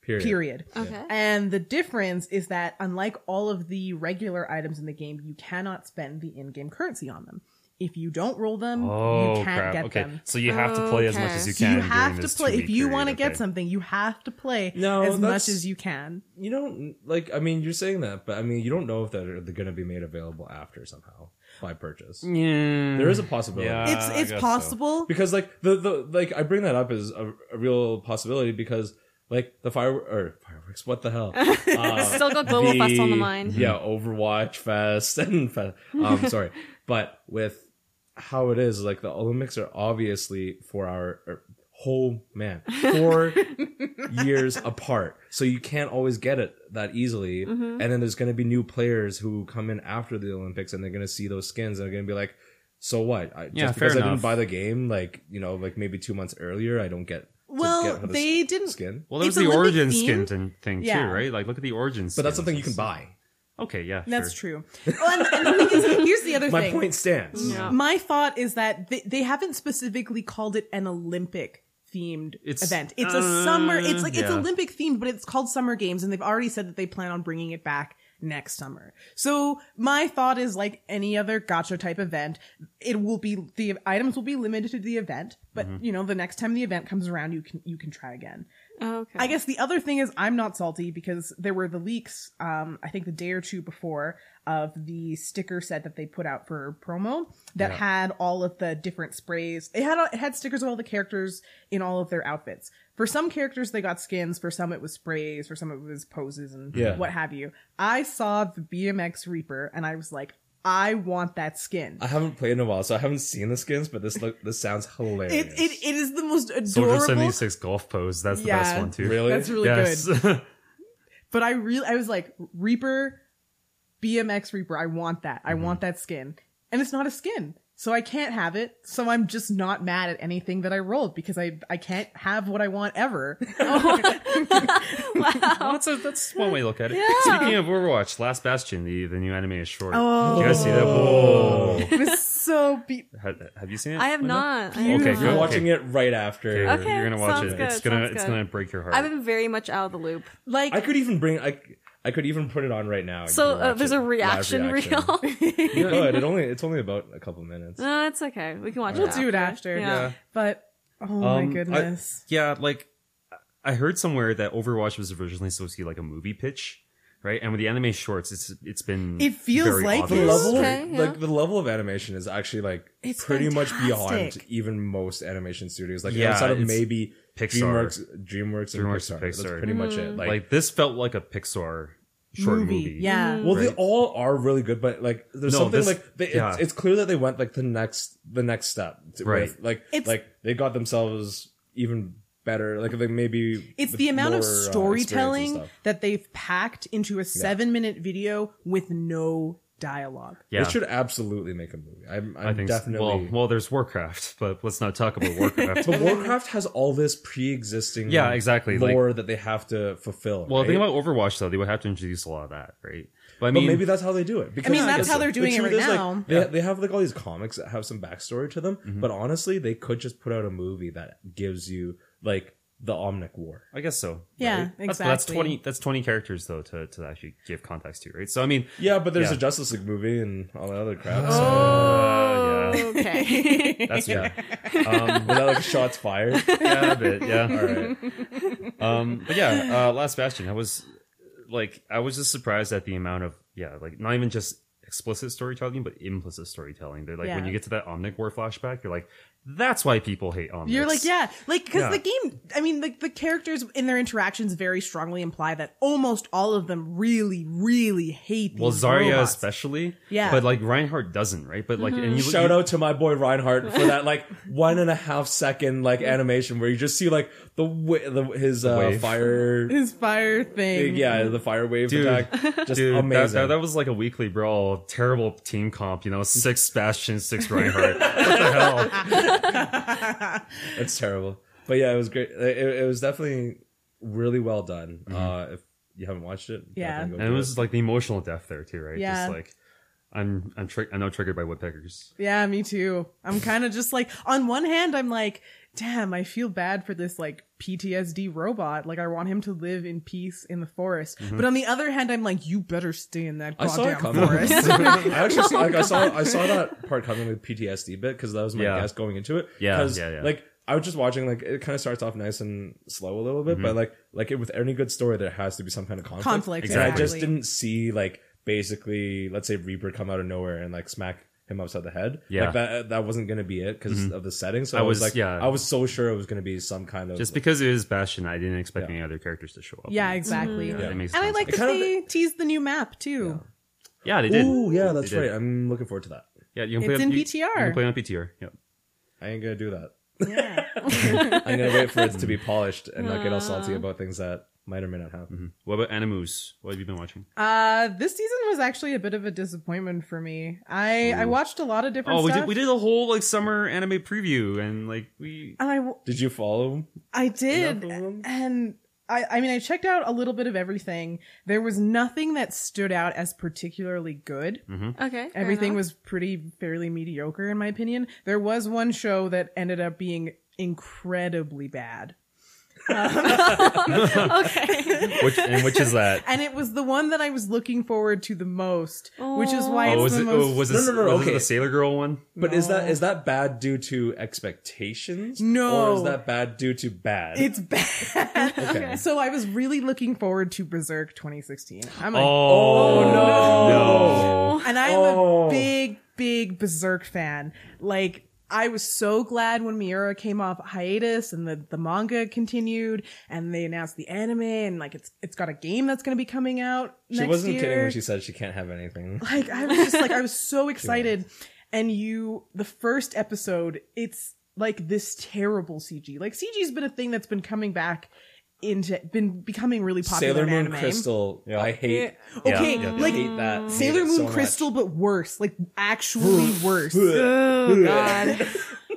Period. period. Okay. And the difference is that unlike all of the regular items in the game, you cannot spend the in-game currency on them. If you don't roll them, Oh you can't crap! get okay, them. so you have to play as much Okay. as you So can. you during have to this play two-week if you period, want to get okay. something. You have to play No, as that's- much as you can. You don't like. I mean, you're saying that, but I mean, you don't know if they're, they're going to be made available after somehow by purchase. Mm. Yeah, There is a possibility. Yeah. It's Ah, I it's guess so. possible. because like the the like I bring that up as a, a real possibility because like the fire or fireworks what the hell uh, Still got Global Fest on the mind. yeah Overwatch Fest and Fest, um sorry but with how it is like the Olympics are obviously four hour or, whole man four years apart so you can't always get it that easily Mm-hmm. and then there's going to be new players who come in after the Olympics and they're going to see those skins and they're going to be like so what I, just Yeah, fair because I enough. didn't buy the game like you know like maybe two months earlier I don't get to Well, get this they didn't. skin Well, there's It's the Olympic origin themed. skin thing, thing Yeah. too, right? Like, look at the origin. but that's something you can buy Okay, yeah, That's sure. true. Oh, and, and the thing is, here's the other my thing. point stands Yeah. My thought is that they, they haven't specifically called it an Olympic themed It's- event. It's uh, a summer. It's like it's yeah. Olympic themed, but it's called Summer Games, and they've already said that they plan on bringing it back next summer. So my thought is like any other gotcha type event, it will be the items will be limited to the event, but Mm-hmm. you know the next time the event comes around, you can you can try again. Okay. I guess the other thing is I'm not salty because there were the leaks, um, I think the day or two before of the sticker set that they put out for promo that Yeah. had all of the different sprays. It had, it had stickers of all the characters in all of their outfits. For some characters, they got skins. For some, it was sprays. For some, it was poses and Yeah. what have you. I saw the BMX Reaper and I was like, I want that skin. I haven't played in a while, so I haven't seen the skins, but this look this sounds hilarious. It, it, it is the most Soldier adorable. seventy six golf pose. That's Yeah. the best one too. really That's really good. yes. But I really, I was like, Reaper, BMX Reaper, I want that. Mm-hmm. I want that skin. And it's not a skin. So I can't have it. So I'm just not mad at anything that I rolled because I, I can't have what I want ever. Well, that's, a, that's one way to look at it. Speaking of Overwatch, Last Bastion, the, the new anime is short. Oh. Did you guys see that? Whoa. it was so be- Ha- have you seen it? I have Linda? not. I have Okay, not. You're Okay. watching it right after. You're, Okay, you're gonna watch sounds it. good, It's gonna sounds it's good. gonna break your heart. I've been very much out of the loop. like, I could even bring I I could even put it on right now. and So you can uh, watch there's it. a Live reaction, reel. Uh, you could. It only it's only about a couple minutes. no, it's okay. We can watch we'll it. do it after. Yeah. But, oh my Um, I- goodness. yeah, like I heard somewhere that Overwatch was originally supposed to be like a movie pitch, right? And with the anime shorts, it's it's been It feels very like The it. obvious. level Okay, yeah. like the level of animation is actually like It's pretty much beyond fantastic. even most animation studios. Like Yeah, outside of it's maybe Pixar. DreamWorks DreamWorks and DreamWorks Pixar. and That's Pixar. pretty much it. Mm. Like, Like, this felt like a Pixar short movie. Yeah. well, they Right. all are really good, but like there's No, something this- like they, yeah. it's, it's clear that they went like the next the next step, to- Right. with, Like It's- like they got themselves even better. Like like maybe It's with the amount of more, uh, experience and storytelling stuff. that they've packed into a seven minute video with no dialogue. Yeah. They should absolutely make a movie. I'm, I'm I think definitely. well, well, there's Warcraft, but let's not talk about Warcraft. but Warcraft has all this pre-existing, Yeah, exactly, like- lore that they have to fulfill. well, right? the thing about Overwatch though, they would have to introduce a lot of that, right? But I But mean, maybe that's how they do it. Because mean, that's the- how they're the doing it truth right is, like, now. they, they have like all these comics that have some backstory to them, but honestly, they could just put out a movie that gives you like the Omnic War. I guess so. Yeah, right? That's, but that's exactly. twenty. That's twenty characters though to, to actually give context to, right? So I mean, Yeah, Oh. but there's Yeah. a Justice League movie and all that other crap. uh, yeah, Okay. that's yeah, So, was Um, that like shots fired? yeah, a bit, yeah. All right. Um, but yeah, uh, Last Bastion. I was like, I was just surprised at the amount of yeah, like not even just explicit storytelling, but implicit storytelling. They're like when Yeah. you get to that Omnic War flashback, you're like, that's why people hate Omnic. You're like, yeah, like because Yeah. the game. I mean, like the characters in their interactions very strongly imply that almost all of them really, really hate. These Well, Zarya robots. especially, Yeah. But like Reinhardt doesn't, right? But like, and you Shout you, out to my boy Reinhardt for that like one and a half second like animation where you just see like the, w- the his uh, wave. fire his fire thing. yeah the fire wave Dude. attack just Dude, that- amazing. That, that was like a weekly brawl. Terrible team comp, you know. Six Bastion, six Reinhardt. what the hell? That's terrible. But yeah, it was great. It, it was definitely really well done. Uh, if you haven't watched it, Yeah. definitely go And it do was like the emotional depth there too, right? Yeah. Just like I'm, I'm, tri- I'm now triggered by woodpeckers. Yeah, me too. I'm kind of just like, on one hand, I'm like, damn, I feel bad for this like PTSD robot. Like I want him to live in peace in the forest. But on the other hand, I'm like, you better stay in that I saw it goddamn coming. forest. I actually see, like, I saw I saw that part coming with PTSD bit because that was my Yeah. guess going into it. Yeah, 'Cause, yeah, yeah. Like I was just watching, like it kind of starts off nice and slow a little bit, Mm-hmm. but like like it, with any good story, there has to be some kind of conflict. Conflict, And I just exactly. didn't see like basically, let's say Reaper come out of nowhere and like smack him upside the head. Yeah. Mm-hmm. like, that that wasn't gonna be it because of the setting. So I, I was, was- like, yeah. I was so sure it was gonna be some kind of Just because it is Bastion, I didn't expect any other characters to show up. yeah, And exactly. that makes And I sense. like It that kind of- they teased the new map too. Yeah, they did. Ooh, yeah, They that's did. right. I'm looking forward to that. Yeah, you can It's play in on, you- PTR. You can play on PTR. Yep. I ain't gonna do that. Yeah. I'm gonna wait for it to be polished and not get all salty about things that might or may not happen. Mm-hmm. What about Animus? What have you been watching? Uh, this season was actually a bit of a disappointment for me. I I watched a lot of different. Oh, we stuff. did, we did a whole like summer anime preview, and like we And I w- Did you follow? I Enough of did, them? and I I mean I checked out a little bit of everything. There was nothing that stood out as particularly good. Okay. fair Everything enough. was pretty fairly mediocre in my opinion. There was one show that ended up being incredibly bad. okay. which and which is that? And it was the one that I was looking forward to the most, which is why it's oh, was the it, most oh, was No, this, no, no, was it okay. the Sailor Girl one? But is that is that bad due to expectations? No. Or is that bad due to bad? It's bad. Okay. So I was really looking forward to Berserk 2016. I'm like, Oh, no. no! and I'm Oh. a big, big Berserk fan. Like, I was so glad when Miura came off hiatus and the, the manga continued and they announced the anime and like it's it's got a game that's going to be coming out. she next wasn't kidding year. when she said she can't have anything. like I was just like I was so excited, and you the first episode it's like this terrible CG. Like CG's been a thing that's been coming back into been becoming really popular Sailor in Moon anime. Crystal. I hate. Yeah, Okay, yeah, I like hate that. I hate Sailor it Moon so much. Crystal, but worse. Like actually worse. Oh god.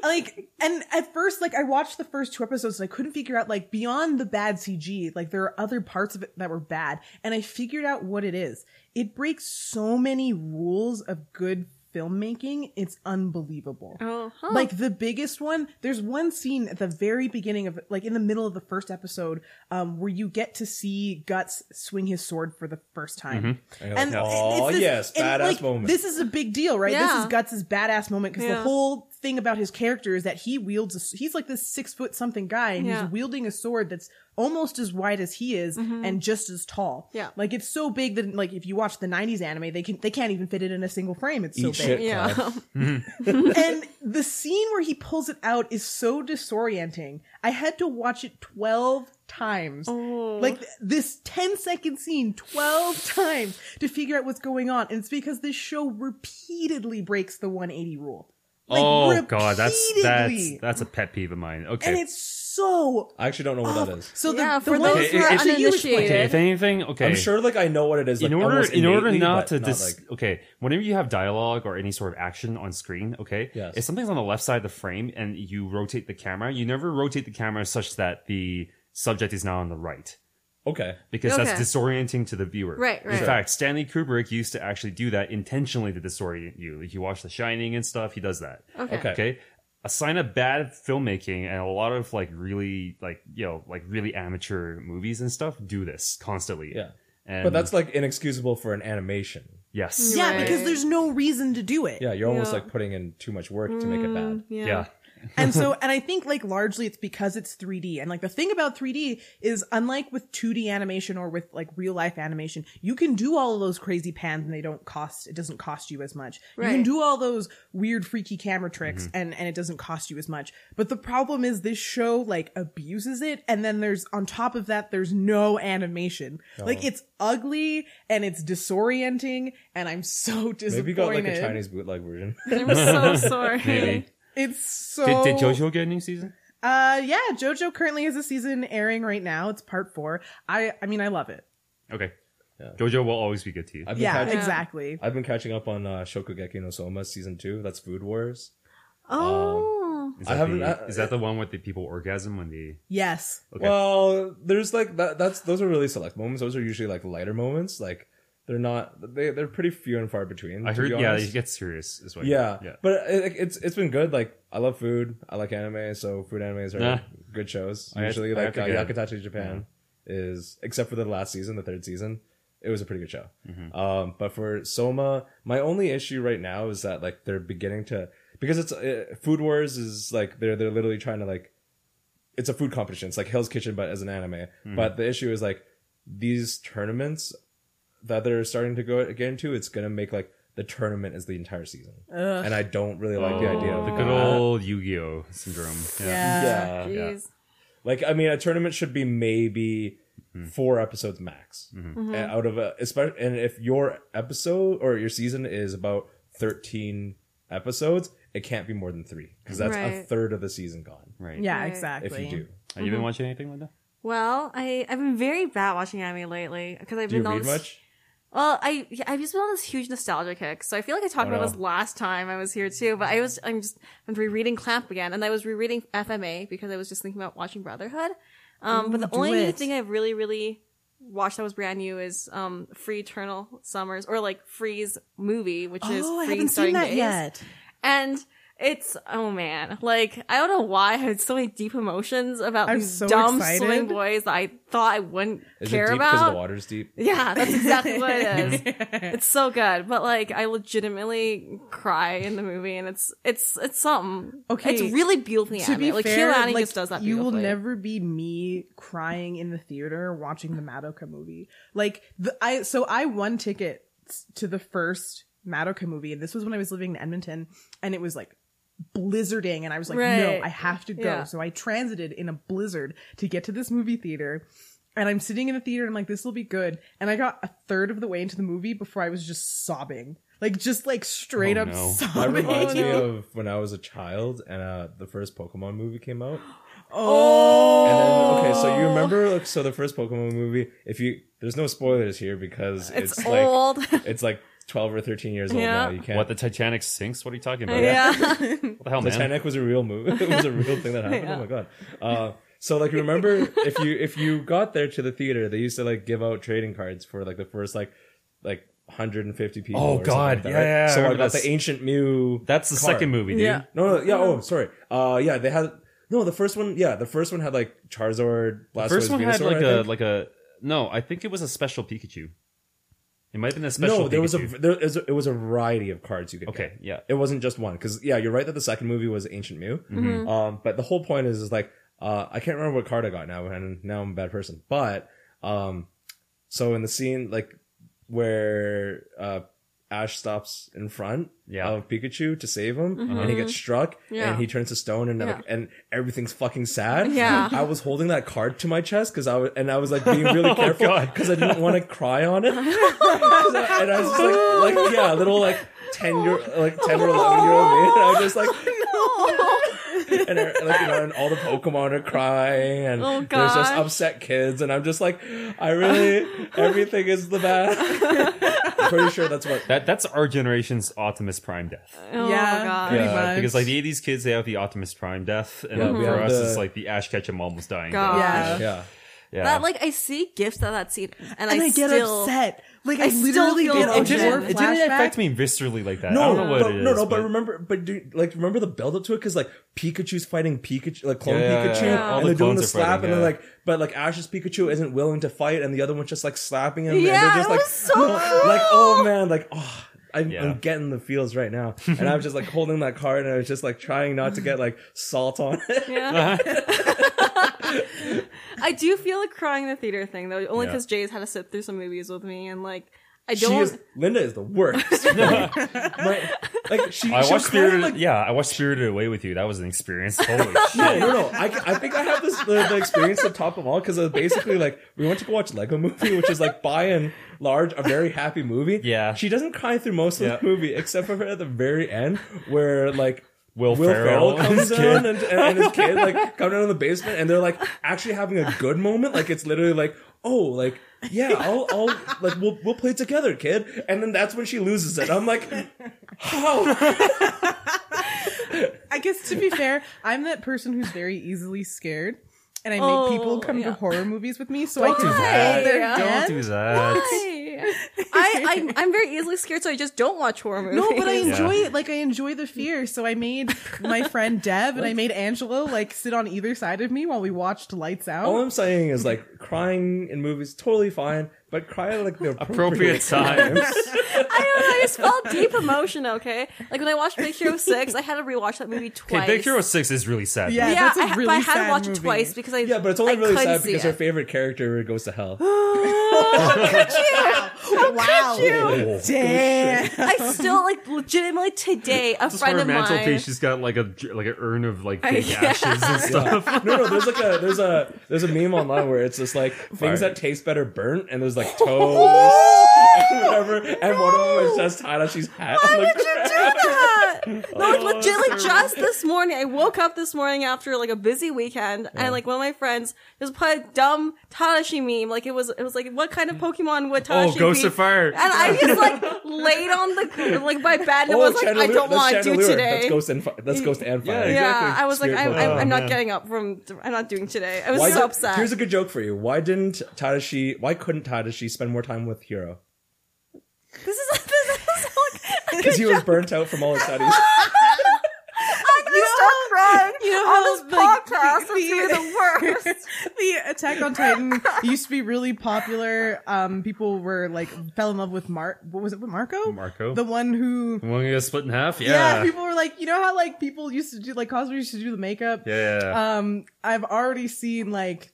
like and at first like i watched the first two episodes and i couldn't figure out like beyond the bad cg like there are other parts of it that were bad and i figured out what it is it breaks so many rules of good filmmaking it's unbelievable Oh, huh. like the biggest one there's one scene at the very beginning of like in the middle of the first episode um where you get to see guts swing his sword for the first time Mm-hmm. And you're like, "Aw, yes, badass moment." this is a big deal right this is Yeah. guts' badass moment because the Yeah. whole thing about his character is that he wields a, s- he's like this six foot something guy and Yeah. Mm-hmm. he's wielding a sword that's almost as wide as he is and just as tall Yeah. like it's so big that like if you watch the 90s anime they can they can't even fit it in a single frame it's so Eat big shit. Yeah. Todd. and the scene where he pulls it out is so disorienting. I had to watch it 12 times. Oh. Like th- this 10 second scene 12 times to figure out what's going on. And it's because this show repeatedly breaks the 180 rule. Like, oh god, that's that's repeatedly. that's a pet peeve of mine. And Okay, it's so I actually don't know what that is. so the, Yeah, the for one those who are actually you explained uninitiated. it. okay. If anything, okay. I'm sure, like I know what it is. Like, in order almost in order innately, not but to dis- like- okay whenever you have dialogue or any sort of action on screen okay Yes. if something's on the left side of the frame and you rotate the camera you never rotate the camera such that the subject is now on the right okay. because Okay. that's disorienting to the viewer. Right, right. In Sure. fact, Stanley Kubrick used to actually do that intentionally to disorient you. Like you watch The Shining and stuff, he does that. Okay. Okay. Okay. A sign of bad filmmaking and a lot of like really like you know like really amateur movies and stuff do this constantly. Yeah. And But that's like inexcusable for an animation. yes. You're Yeah, Right. because there's no reason to do it. Yeah, you're almost Yeah. like putting in too much work to Mm. make it bad. Mm, Yeah. Yeah. and so and i think like largely it's because it's 3d and like the thing about 3d is unlike with 2d animation or with like real life animation you can do all of those crazy pans and they don't cost it doesn't cost you as much you can Right. do all those weird freaky camera tricks Mm-hmm. and and it doesn't cost you as much but the problem is this show like abuses it and then there's on top of that there's no animation Oh. like it's ugly and it's disorienting and i'm so disappointed Maybe you got like a Chinese bootleg version. I'm so sorry. Maybe. it's so Did, did JoJo get a new season? uh, yeah, JoJo currently has a season airing right now. It's part four. I, I mean, I love it. Okay. Yeah. JoJo will always be good to you. I've been Yeah, catching, exactly. I've been catching up on uh, Shokugeki no Soma season two. That's Food Wars. Oh. Is I that, haven't- the, I- is that the one with the people orgasm when they? Yes. Okay. Well, there's like that. That's those are really select moments. Those are usually like lighter moments. Like They're not. They they're pretty few and far between. I to heard. be Yeah, honest. it gets serious. Is what I Yeah, heard. yeah. but it, like, it's it's been good. Like I love food. I like anime, so food animes are Nah. good shows. I- Usually, I like uh, have to go. Yakutachi Japan is, except for the last season, the third season, it was a pretty good show. Mm-hmm. Um, but for Soma, my only issue right now is that like they're beginning to because it's uh, Food Wars is like they're they're literally trying to like it's a food competition. It's like Hell's Kitchen, but as an anime. Mm-hmm. But the issue is like these tournaments that they're starting to go get into. It's gonna make like the tournament is the entire season, and I don't really like the idea of Oh. the good that. old Yu-Gi-Oh syndrome. Yeah. Yeah, Jeez. like I mean, a tournament should be maybe Mm-hmm. four episodes max Mm-hmm. And out of a especially. And if your episode or your season is about thirteen episodes, it can't be more than three because that's a Right. third of the season gone. Right. Yeah, Right. exactly. If you do, Have you been watching anything, Linda? Well, I I've been very bad watching anime lately because I've do been you on read this, much? Well, I yeah, I've just been on this huge nostalgia kick, so I feel like I talked Oh, about no. this last time I was here too. But I was I'm just I'm rereading Clamp again, and I was rereading FMA because I was just thinking about watching Brotherhood. Um, but Ooh, the do only it. thing I've really really watched that was brand new is um Free Eternal Summers or like Free's movie, which is Oh, I Free haven't seen Starting that Days. yet. and. It's oh man, like I don't know why I had so many deep emotions about I'm these so dumb excited. swimming boys that I thought I wouldn't Is care it deep because about. the water's deep? Yeah, that's exactly what it is. It's so good, but like I legitimately cry in the movie, and it's it's it's something. Okay, it's really beautifully to be animated. Like fair, Kirani like, just does that. You will beautifully. never be me crying in the theater watching the Madoka movie. Like the, I, so I won tickets to the first Madoka movie, and this was when I was living in Edmonton, and it was like blizzarding, and I was like, no, Right. I have to go. Yeah. So I transited in a blizzard to get to this movie theater. And I'm sitting in the theater and I'm like, this will be good. And I got a third of the way into the movie before I was just sobbing. Like, just like straight Oh, up no. That sobbing. reminds me of when I was a child and uh, the first Pokemon movie came out. oh. And then, okay, so you remember? Like, so the first Pokemon movie. If you, there's no spoilers here because it's, It's, like old. it's like 12 or 13 years old Yeah. now. You can't. What the Titanic sinks? What are you talking about? yeah, What the hell, man? Oh, Titanic was a real movie. It was a real thing that happened. Oh my god. Uh, so like, remember if you if you got there to the theater, they used to like give out trading cards for like the first like like 150 people. Oh, or something God. like that, Yeah, right? yeah, I So I remember got this. the ancient Mew. That's the card. second movie, dude. Yeah. No, no, yeah. Oh, sorry. Uh, yeah, they had no. The first one, yeah, the first one had like Charizard. Blastoise, First one had Venusaur, like I a think. like a no. I think it was a special Pikachu. It might have been a special. no. There was a Pikachu. there is a, it was a variety of cards you could. Okay, get. yeah. it wasn't just one because yeah, you're right that the second movie was Ancient Mew. Mm-hmm. Mm-hmm. Um, but the whole point is is like uh, I can't remember what card I got now, and now I'm a bad person. But um, so in the scene like where uh. Ash stops in front Yeah. of Pikachu to save him, and he gets struck, Mm-hmm. Yeah. and he turns to stone, and like, Yeah. and everything's fucking sad. Yeah. I was holding that card to my chest because I was, and I was like being really careful Oh, God. because I didn't want to cry on it. 'Cause I- and I was just like, like yeah, little like ten year, like ten or eleven year old me, and I was just like, and I- like you know, and all the Pokemon are crying, and Oh, there's just gosh. upset kids, and I'm just like, I really, everything is the bad. I'm pretty sure that's what. That that's our generation's Optimus Prime death. oh Yeah. my god. Pretty Yeah, much. Because like the '80s kids, they have the Optimus Prime death, and Yeah, we for have us, the- it's like the Ash Ketchum almost dying. God. Yeah. Yeah. Yeah. That like I see gifts of that scene, and, and I, I, get still upset. Like I, I still literally feel get it a emotion. horror didn't, it didn't affect flashback. me viscerally like that. No, I don't know what but, it is. no, no, but, remember, but do like remember the build up to it because like Pikachu's fighting Pikachu, like clone Yeah, yeah, Pikachu, yeah. All and the they're doing clones the are slap, fighting, and they're yeah. like, but like Ash's Pikachu isn't willing to fight, and the other one's just like slapping him, and Yeah, they're just it like, was so like oh man, like oh. I'm, Yeah. I'm getting the feels right now, and I was just like holding that card, and I was just like trying not to get like salt on it. Yeah. I do feel like crying in the theater thing though, only Yeah. because Jay's had to sit through some movies with me, and like I She don't. is Linda is the worst. My- like she, I she'll watched cry, Spirited. like, yeah, I watched Spirited Away with you. That was an experience. Holy No, shit! no, no. I, I think I have this the, the experience at top of all because basically like we went to go watch Lego Movie, which is like by and large a very happy movie. Yeah. she doesn't cry through most of Yeah. the movie except for at the very end where like. Will Will Ferrell Ferrell and his comes kid. down and, and his kid like come down in the basement and they're like actually having a good moment like it's literally like oh like yeah I'll, I'll like we'll we'll play together kid and then that's when she loses it I'm like how I guess to be fair, I'm that person who's very easily scared, and I make Oh, people come to yeah. horror movies with me so I Don't can do hold that. their Yeah. hand. Don't do that. Why? I am. I, I I'm very easily scared, so I just don't watch horror movies. No, but I enjoy it. Like I enjoy the fear. So I made my friend Deb and I made Angela like sit on either side of me while we watched Lights Out. Oh, All I'm saying is like crying in movies totally fine, but cry at like the appropriate, Appropriate times. I don't know. I just felt deep emotion. Okay, like when I watched Big Hero Six, I had to rewatch that movie twice. Okay, Big Hero Six is really sad. Yeah. Yeah, Yeah, That's a I, ha- but I really had sad to watch it movie. twice because I yeah, but it's only I really couldn't sad because see her it. favorite character goes to hell. wow. Oh. Damn. I still like legitimately today a Just on friend her of mine. mantelpiece, she's got like a like an urn of like big yeah. ashes and stuff. Oh, no, no. There's like a there's a there's a meme online where it's just like things that taste better burnt, and there's like toes and whatever, and one of them is just Tanashi's hat. Why would you do that? No, it's legitimately just this morning. I woke up this morning after like a busy weekend, and like one of my friends just put a dumb Tadashi meme. Like it was, it was like, what kind of Pokemon would Oh, Tadashi Ghost be? of Fire. And I just like laid on the like my bed and was like, I don't want to do Oh, That's today. ghost and fi- that's ghost and fire. Yeah, yeah, exactly. I was like, Spirit I'm, Pokemon. I'm, I'm Oh, not man. getting up from. I'm not doing today. I was Why so did- upset. Here's a good joke for you. Why didn't Tadashi? Why couldn't Tadashi spend more time with Hiro? this is this is so Because he was burnt out from all his studies. I'm gonna start crying. You know how how, this like, podcast the- is gonna be the worst. the Attack on Titan used to be really popular. Um, people were like fell in love with Mark. What was it with Marco? Marco. the one who. One gonna split in half. Yeah. Yeah. people were like, you know how like people used to do like cosplay used to do the makeup. Yeah, yeah. Um, I've already seen like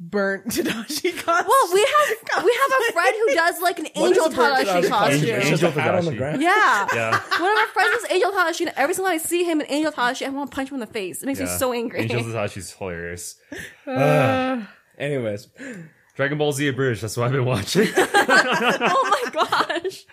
burnt Tadashi cosplay. Well, we have we have a friend who does like an What is angel a burnt Tadashi costume? costume. It's just a Angel hat on the Tadashi. ground. Yeah. yeah. One of our friends is Angel Tadashi, and every time I see him in Angel Tadashi, I want to punch him in the face. It makes me Yeah. so angry. Angel Tatashi's hilarious. Uh, Anyways, Dragon Ball Z abridged. That's what I've been watching. oh my gosh.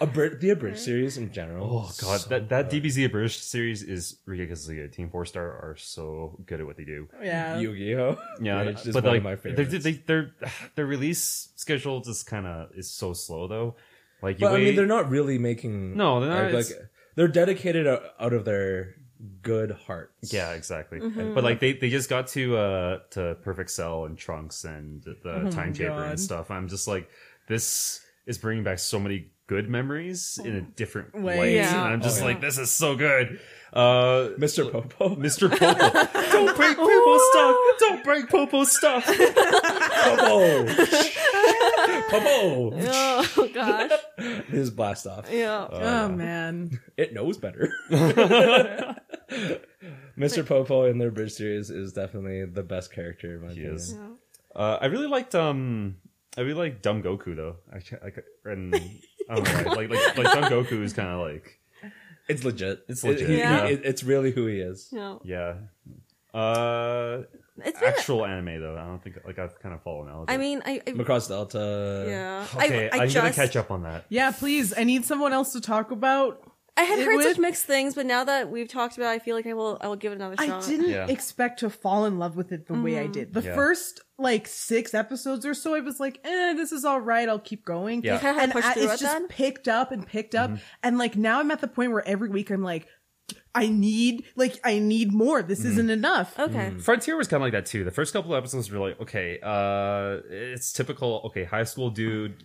abri- the abridged series in general. oh god, that that DBZ abridged series is ridiculously good. Team Four Star are so good at what they do. yeah. Yu-Gi-Oh. Yeah, Which is but one like of my they, favorites. they, their their release schedule just kind of is so slow though. Like you But wait, I mean, they're not really making. No, they're not, Like, like, it's- they're dedicated out out of their good hearts. Yeah, exactly. Mm-hmm. But like they, they just got to uh to Perfect Cell and Trunks and the Time Taper Oh God. and stuff. I'm just like this is bringing back so many good memories in a different Way. way. Yeah. And I'm just Oh, yeah. like this is so good. Uh Mr. Popo. Mr. Popo. Don't break Popo's stuff. Don't break Popo's stuff. Popo. Popo. Oh gosh. His blast off. Yeah. uh, Oh man. It knows better. Mr. Popo in their bridge series is definitely the best character in my He opinion. is. Uh, I really liked um I really liked Dumb Goku though. I, I, and I don't know, like, like like like Dumb Goku is kind of like It's legit. It's legit, he- he- Yeah. it- it's really who he is. yeah. yeah. Uh It's been actual anime though. I don't think like I've kind of fallen out. of I it. mean I, I Macross Delta. yeah. okay, I, I, I am gonna just catch up on that. Yeah, please. I need someone else to talk about. I had It heard such would- mixed things, but now that we've talked about it, I feel like I will I will give it another I shot. didn't Yeah. expect to fall in love with it the way I Mm. did. The Yeah. first like six episodes or so, I was like, "Eh, this is all right. I'll keep going." Yeah. Mm-hmm. You kinda had and to push I- through it's it just then? picked up and picked up, and like now I'm at the point where every week I'm like, "I need like I need more. Mm-hmm. This isn't enough." Okay. Frontier was kind of like that too. The first couple of episodes were like, okay, uh, it's typical. Okay, high school dude,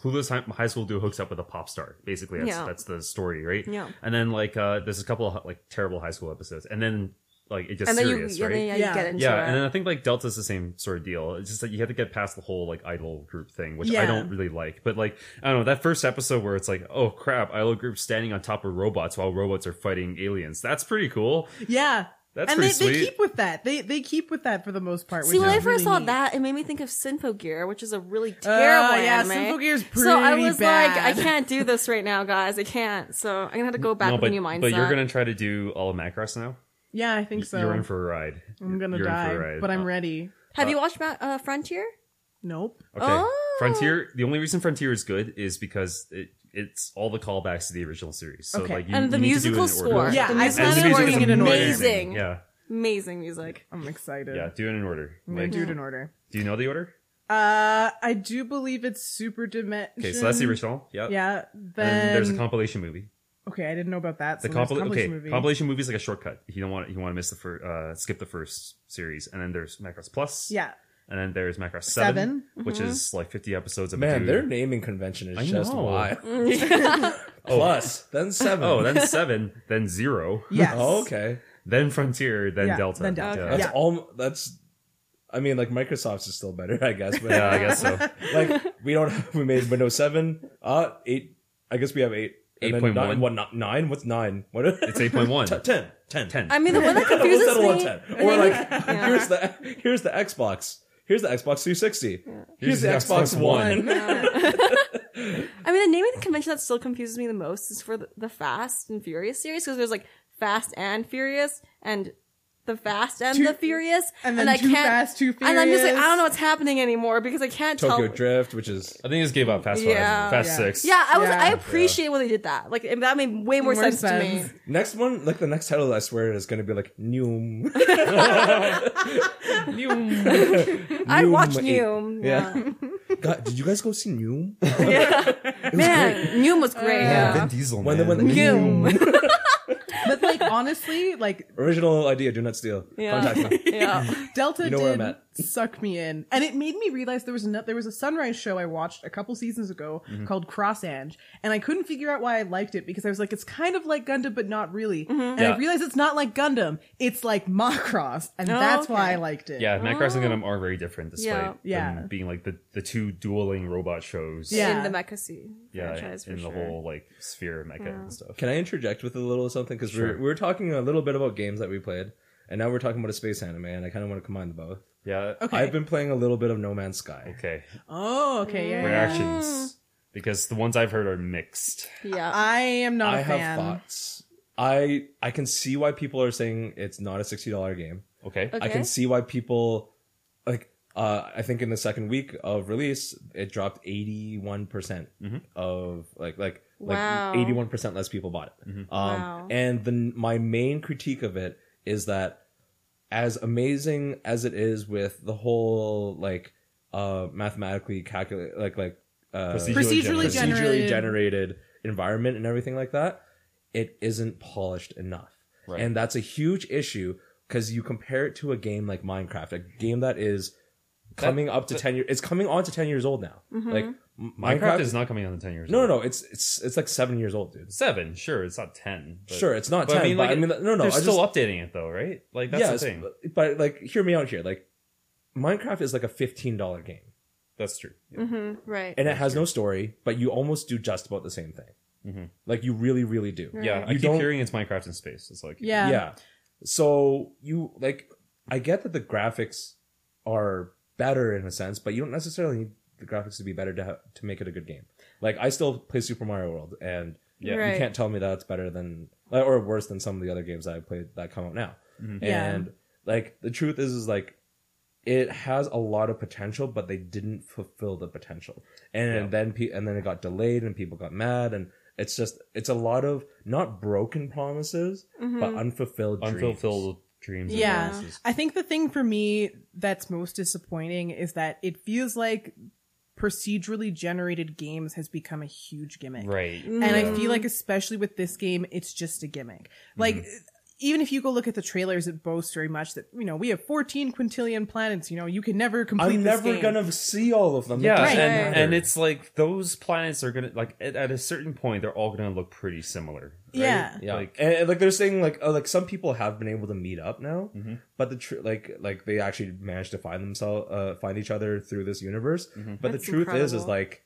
clueless hi- high school dude hooks up with a pop star. Basically, that's Yeah. that's the story, right? Yeah. And then like, uh, there's a couple of like terrible high school episodes, and then like it gets And then serious, you, right? yeah, yeah, Yeah. you get into yeah, it. and then I think like Delta's the same sort of deal. It's just that you have to get past the whole like idol group thing, which Yeah. I don't really like. But like I don't know that first episode where it's like, oh crap, idol group standing on top of robots while robots are fighting aliens. That's pretty cool. Mm-hmm. Yeah, That's and they, pretty they sweet. keep with that. They they keep with that for the most part. See, which when I is first really saw neat. that, it made me think of Sinfogear, which is a really terrible Oh, yeah, anime. Sinfogear's So I pretty was bad. like, I can't do this right now, guys. I can't. So I'm gonna have to go back no, with but, a new mindset. but you're gonna try to do all of Macross now. yeah, I think so. You're in for a ride. I'm gonna You're in for a die, ride. but I'm Uh, ready. Have you watched Ma- uh, Frontier? Nope. Okay. Oh. Frontier. The only reason Frontier is good is because it it's all the callbacks to the original series. So Okay. like you, and the you need to do it musical in order. score. Yeah, the I musical plan And on the score music is is doing it in order. amazing. Yeah. Amazing music. I'm excited. Yeah. Do it in order. I'm gonna Like, do it in order. do you know the order? Uh, I do believe it's Super Dimension. Okay, so that's the original. Yeah. Yeah. And Then there's a compilation movie. okay, I didn't know about that. The so there's a compil- okay, compilation movie. compilation movie is like a shortcut. If you don't want you want to miss the first, uh, skip the first series, and then there's Macross Plus. yeah. and then there's Macross Seven. 7, which is like 50 episodes of a Man, dude. their naming convention is I just know. wild. Mm. Plus, then seven. Oh, then 7, then 0, Yes. Oh, okay. then Frontier, then Yeah, Delta. then Delta. Yeah. That's Yeah. all. That's. I mean, like Microsoft's is still better, I guess. But Yeah, I guess so. like we don't. Have, we made Windows seven. Uh, eight. I guess we have eight. And then 8.1. nine- What not nine? What's nine? What? It's 8.1. T- ten. Ten. 10. I mean, the one that We'll confuses settle on me. ten. I Or think- like, yeah. here's the here's the Xbox. Here's the Xbox 360. Here's, the Xbox, One. I mean, the name of the convention that still confuses me the most is for the, the Fast and Furious series because there's like Fast and Furious and the Fast and Too- the Furious, and then I Too can't- Fast, Too And I'm just like, I Furious. don't know what's happening anymore because I can't Tokyo tell. Drift, which is I think they just gave up Fast Yeah. 5, Fast Yeah. 6. Yeah, I was. Yeah. I appreciate when they did that. Like and that made way more, More sense, sense. to me. next one. Like the next title, I swear is going to be like Noom. I'd watch eight. Noom. Yeah. Yeah, God, did you guys go see Noom? man, Noom was great. Yeah. yeah. Diesel, When the when the- But like honestly, like original idea, do not steal. Yeah. Contact me. yeah. Delta You know where I'm did at. suck me in, and it made me realize there was another, there was a sunrise show I watched a couple seasons ago Mm-hmm. called Cross Ange, and I couldn't figure out why I liked it because I was like, it's kind of like Gundam, but not really. Mm-hmm. And Yeah. I realized it's not like Gundam; it's like Macross, and Oh, that's why okay. I liked it. Yeah, Macross and Gundam are very different, despite Oh. Yeah. them Yeah. being like the, the two dueling robot shows. Yeah. in the Mecha Sea yeah, franchise for in sure. the whole like sphere of mecha and stuff. Can I interject with a little something? Because Sure. we're, we were talking a little bit about games that we played, and now we're talking about a space anime, and I kind of want to combine the both. yeah. Okay. I've been playing a little bit of No Man's Sky. Okay. Oh, okay. Yeah. yeah. Reactions, because the ones I've heard are mixed. yeah. I am not a I fan. have thoughts. I I can see why people are saying it's not a sixty dollar game. Okay. Okay. I can see why people like. Uh, I think in the second week of release, it dropped eighty one percent Mm-hmm. of like like Wow. like eighty one percent less people bought it. Mm-hmm. Um, Wow. And the my main critique of it is that as amazing as it is with the whole like uh mathematically calculate like like uh, Procedurally procedurally generated. generated. environment and everything like that, it isn't polished enough. Right. And that's a huge issue because you compare it to a game like Minecraft, a game that is coming up to 10 years, it's coming on to 10 years old now. Mm-hmm. Like M- Mm-hmm. Minecraft, is not coming on the ten years. no, old. no, no. It's, it's, it's like seven years old, dude. Seven, sure. It's not ten. but- sure. It's not but 10, but I mean, no, no. They're I just, still updating it though, right? Like that's the thing. but- but like, hear me out here. Like Minecraft is like a $15 game That's true. Yeah. Mm-hmm. Right. and it has no story, but you almost do just about the same thing. Mm-hmm. Like you really, really do. Mm, Yeah, I You keep don't- hearing it's Minecraft in space. It's like Yeah. yeah. So you like, I get that the graphics are better in a sense, but you don't necessarily need the graphics to be better to ha- to make it a good game. Like I still play Super Mario World, and Yeah. you can't tell me that it's better than or worse than some of the other games that I played that come out now. Mm-hmm. Yeah. And like the truth is, is like it has a lot of potential, but they didn't fulfill the potential, and Yeah. then pe- and then it got delayed, and people got mad, and it's just it's a lot of not broken promises, Mm-hmm. but unfulfilled dreams. unfulfilled dreams. and Yeah. promises. I think the thing for me that's most disappointing is that it feels like procedurally generated games has become a huge gimmick. Right. Mm, And I feel like, especially with this game, it's just a gimmick. Like, Mm-hmm. even if you go look at the trailers, it boasts very much that, you know, we have 14 quintillion planets, you know, you can never complete I'm this never game. gonna see all of them. It Yeah, doesn't and, matter. and it's like those planets are gonna like at, at a certain point they're all gonna look pretty similar. right? Yeah. Yeah, Like- like, and, and, like they're saying, like oh, like some people have been able to meet up now, Mm-hmm. but the tr- like like they actually managed to find themselves, uh, find each other through this universe. Mm-hmm. But That's the truth is, is incredible. like,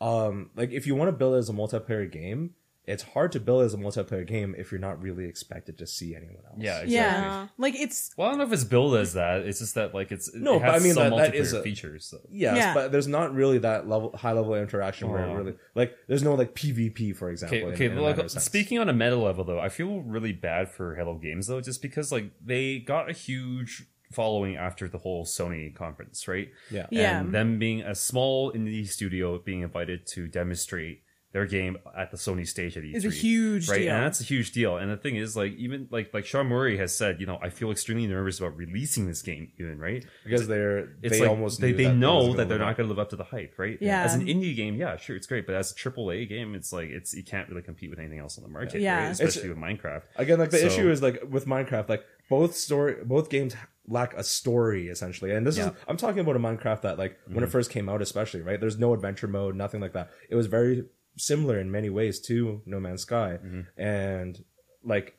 um, like if you want to build it as a multiplayer game, it's hard to build it as a multiplayer game if you're not really expected to see anyone else. Yeah. Exactly. Yeah. Yeah. Like, it's. Well, I don't know if it's billed as that. It's just that like it's No, It but has I mean, some that- multiplayer that is a- features. So. Yes, Yeah. but there's not really that level, high level interaction where it Aw. really like there's no like PvP for example. Oh. Okay, in- in okay. a like, matter of sense. speaking on a meta level, though, I feel really bad for Halo Games though, just because like they got a huge following after the whole Sony conference, right? yeah, Yeah. And them being a small indie studio being invited to demonstrate their game at the Sony stage at E3 Is a huge right? deal. And that's a huge deal. And the thing is, like, even like like Sean Murray has said, you know, I feel extremely nervous about releasing this game, even right? because they're It's they like almost they, knew they that it know wasn't that they're gonna not going to live up to the hype, right? Yeah. As an indie game, yeah, sure, it's great, but as a triple A game, it's like it's you can't really compete with anything else on the market, Yeah. right? It's- Especially with Minecraft. again like the So- issue is like with minecraft like both story both games lack a story essentially. And this is I'm talking about a Minecraft that like when Mhm. it first came out especially, right? There's no adventure mode, nothing like that. It was very similar in many ways to No Man's Sky. Mhm. And like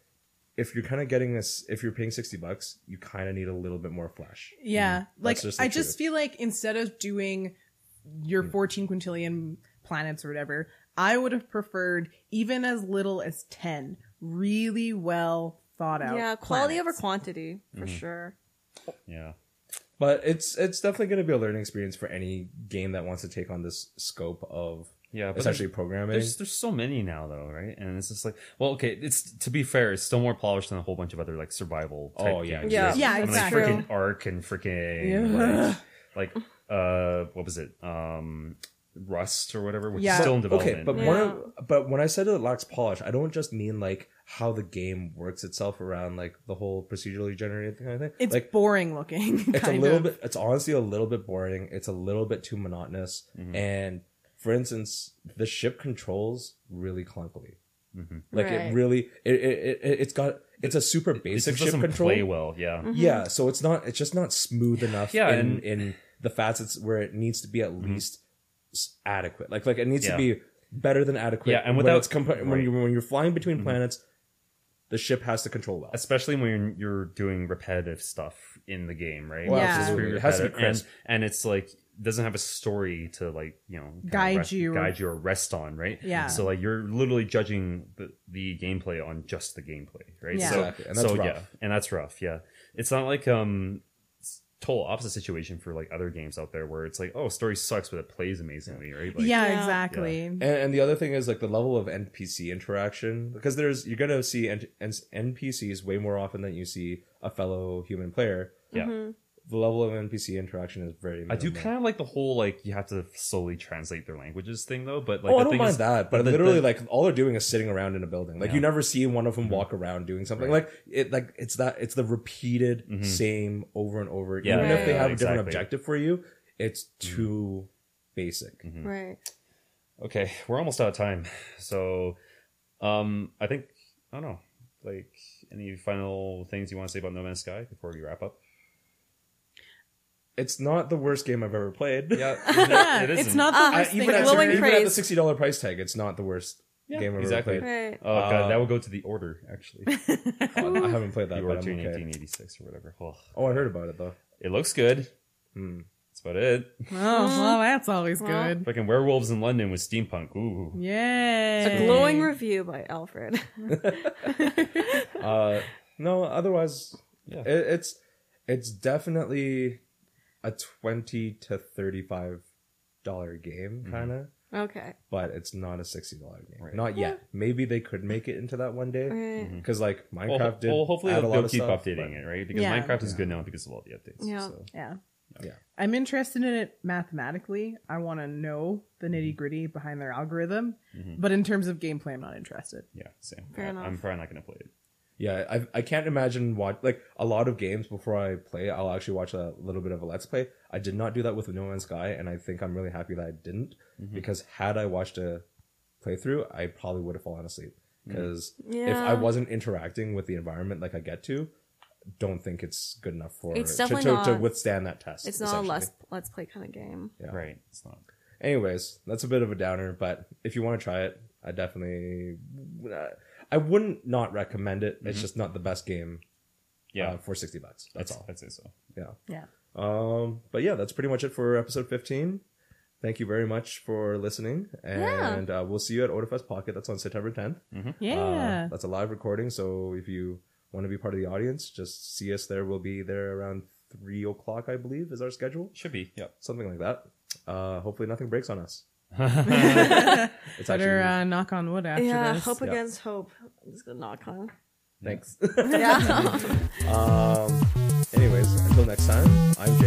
if you're kind of getting this if you're paying 60 bucks, you kind of need a little bit more flesh. Yeah. Like, just the Hmm. I just truth. feel like instead of doing your 14 quintillion planets or whatever, I would have preferred even as little as 10 really well thought out. yeah, quality over planets. Mm-hmm. quantity for sure. Yeah. But it's it's definitely going to be a learning experience for any game that wants to take on this scope of Yeah, but essentially programming. There's there's so many now though, right? And it's just like, well, okay, it's to be fair, it's still more polished than a whole bunch of other like survival. Type Oh, yeah. games. Yeah. Yeah, I mean, exactly. Like freaking Ark and freaking like, like uh, what was it? Um, Rust or whatever, which Yeah. is still in Okay, development. but Yeah. one of, but when I said it lacks polish, I don't just mean like how the game works itself around like the whole procedurally generated kind of thing. It's like boring looking. it's a kind little of. bit. It's honestly a little bit boring. It's a little bit too monotonous. Hmm. Mm-hmm. And for instance, the ship controls really clunkily. Mm-hmm. Like Right. it really, it it, it it's got it's a super basic it just ship doesn't control. play well. Yeah, Mm-hmm. Yeah, so it's not it's just not smooth enough Mm-hmm. Yeah, in and- Mm-hmm. in the facets where it needs to be at least s- adequate. Like like it needs to Yeah. be better than adequate. Yeah, and when without- it's compa- when right. Mm-hmm. you when you're flying between planets, the ship has to control well. especially when you're doing repetitive stuff in the game, right? Well, Which is absolutely. pretty It has to be repetitive. crisp. and, and it's like doesn't have a story to like you know kind of Guide rest- you or- guide you or rest on, right? Yeah. So like you're literally judging the, the gameplay on just the gameplay, right? Yeah. So, Exactly, and that's so rough. yeah, and that's rough. Yeah, it's not like um it's total opposite situation for like other games out there where it's like oh story sucks but it plays amazingly, right? Like, yeah, Yeah. exactly. And, and the other thing is like the level of NPC interaction because there's you're gonna see N- N- NPCs way more often than you see a fellow human player. Yeah. Mm-hmm. The level of NPC interaction is very. I do minimal. kind of like the whole like you have to slowly translate their languages thing though, but like oh, the I don't thing mind is, that, but the- literally, the- like all they're doing is sitting around in a building. Like Yeah. Mm-hmm. you never see one of them walk around doing something. Like it, like it's that it's the repeated same over and over. Mm-hmm. Yeah, Even if they Right. have a different exactly. Mm-hmm. objective for you, it's too basic. Right. Okay, we're almost out of time. So, um, I think I don't know. Like, any final things you want to say about No Man's Sky before we wrap up? It's not the worst game I've ever played. Yeah, it's not the Uh, I, worst thing even, at, I've ever- Glowing even at the praise. sixty dollar price tag, it's not the worst Yeah, game I've exactly. ever Right. Oh Uh, god, that will go to the order actually. played. I haven't played that, the but order I'm in okay. 1886 or whatever. Oh, Oh, I heard about it though. it looks good. Hmm. That's about it. Oh, well, that's always Well. good. Fucking werewolves in London with steampunk. Ooh. Yay. A glowing review by Alfred. Uh, no, otherwise, Yeah. it, it's it's definitely a twenty to thirty five dollar game, kind of, okay. but it's not a sixty dollar game, Mm-hmm. Right. not yet. Maybe they could make it into that one day, Right. because like Minecraft Well, ho- did. well, hopefully add a they'll, lot they'll of keep stuff, updating but- it, right? Because Yeah. Minecraft is good now because of all the updates. Yeah. So. Yeah. Oh, Yeah. I'm interested in it mathematically. I want to know the nitty gritty behind their algorithm. But in terms of gameplay, I'm not interested. mm-hmm. Yeah, same. Fair I- enough. I'm probably not going to play it. Yeah, I I can't imagine watch like a lot of games before I play. I'll actually watch a little bit of a let's play. I did not do that with No Man's Sky, and I think I'm really happy that I didn't Mm-hmm. because had I watched a playthrough, I probably would have fallen asleep Mm-hmm. because if I Yeah. wasn't interacting with the environment like I get to, don't think it's good enough for It's to, definitely to, to not- withstand that test. It's not a essentially. let's, let's play kind of game. Yeah. Right. It's not. Anyways, that's a bit of a downer, but if you want to try it, I definitely I wouldn't not recommend it. It's just not the best game Yeah. uh, for 60 bucks. That's all. I'd say so. Yeah. Yeah. Um, but yeah, that's pretty much it for episode 15. Thank you very much for listening. And uh, we'll see you at Odafest Pocket. That's on September 10th. Yeah. Uh, that's a live recording. So if you want to be part of the audience, just see us there. We'll be there around 3 o'clock, I believe, is our schedule. Should be. Yep. Something like that. Uh, hopefully, nothing breaks on us. it's Better actually. uh, knock on wood after yeah. this. Hope Yeah. against hope. I'm just gonna knock on. thanks. Uh, Yeah. um, anyways, until next time, I'm Jake.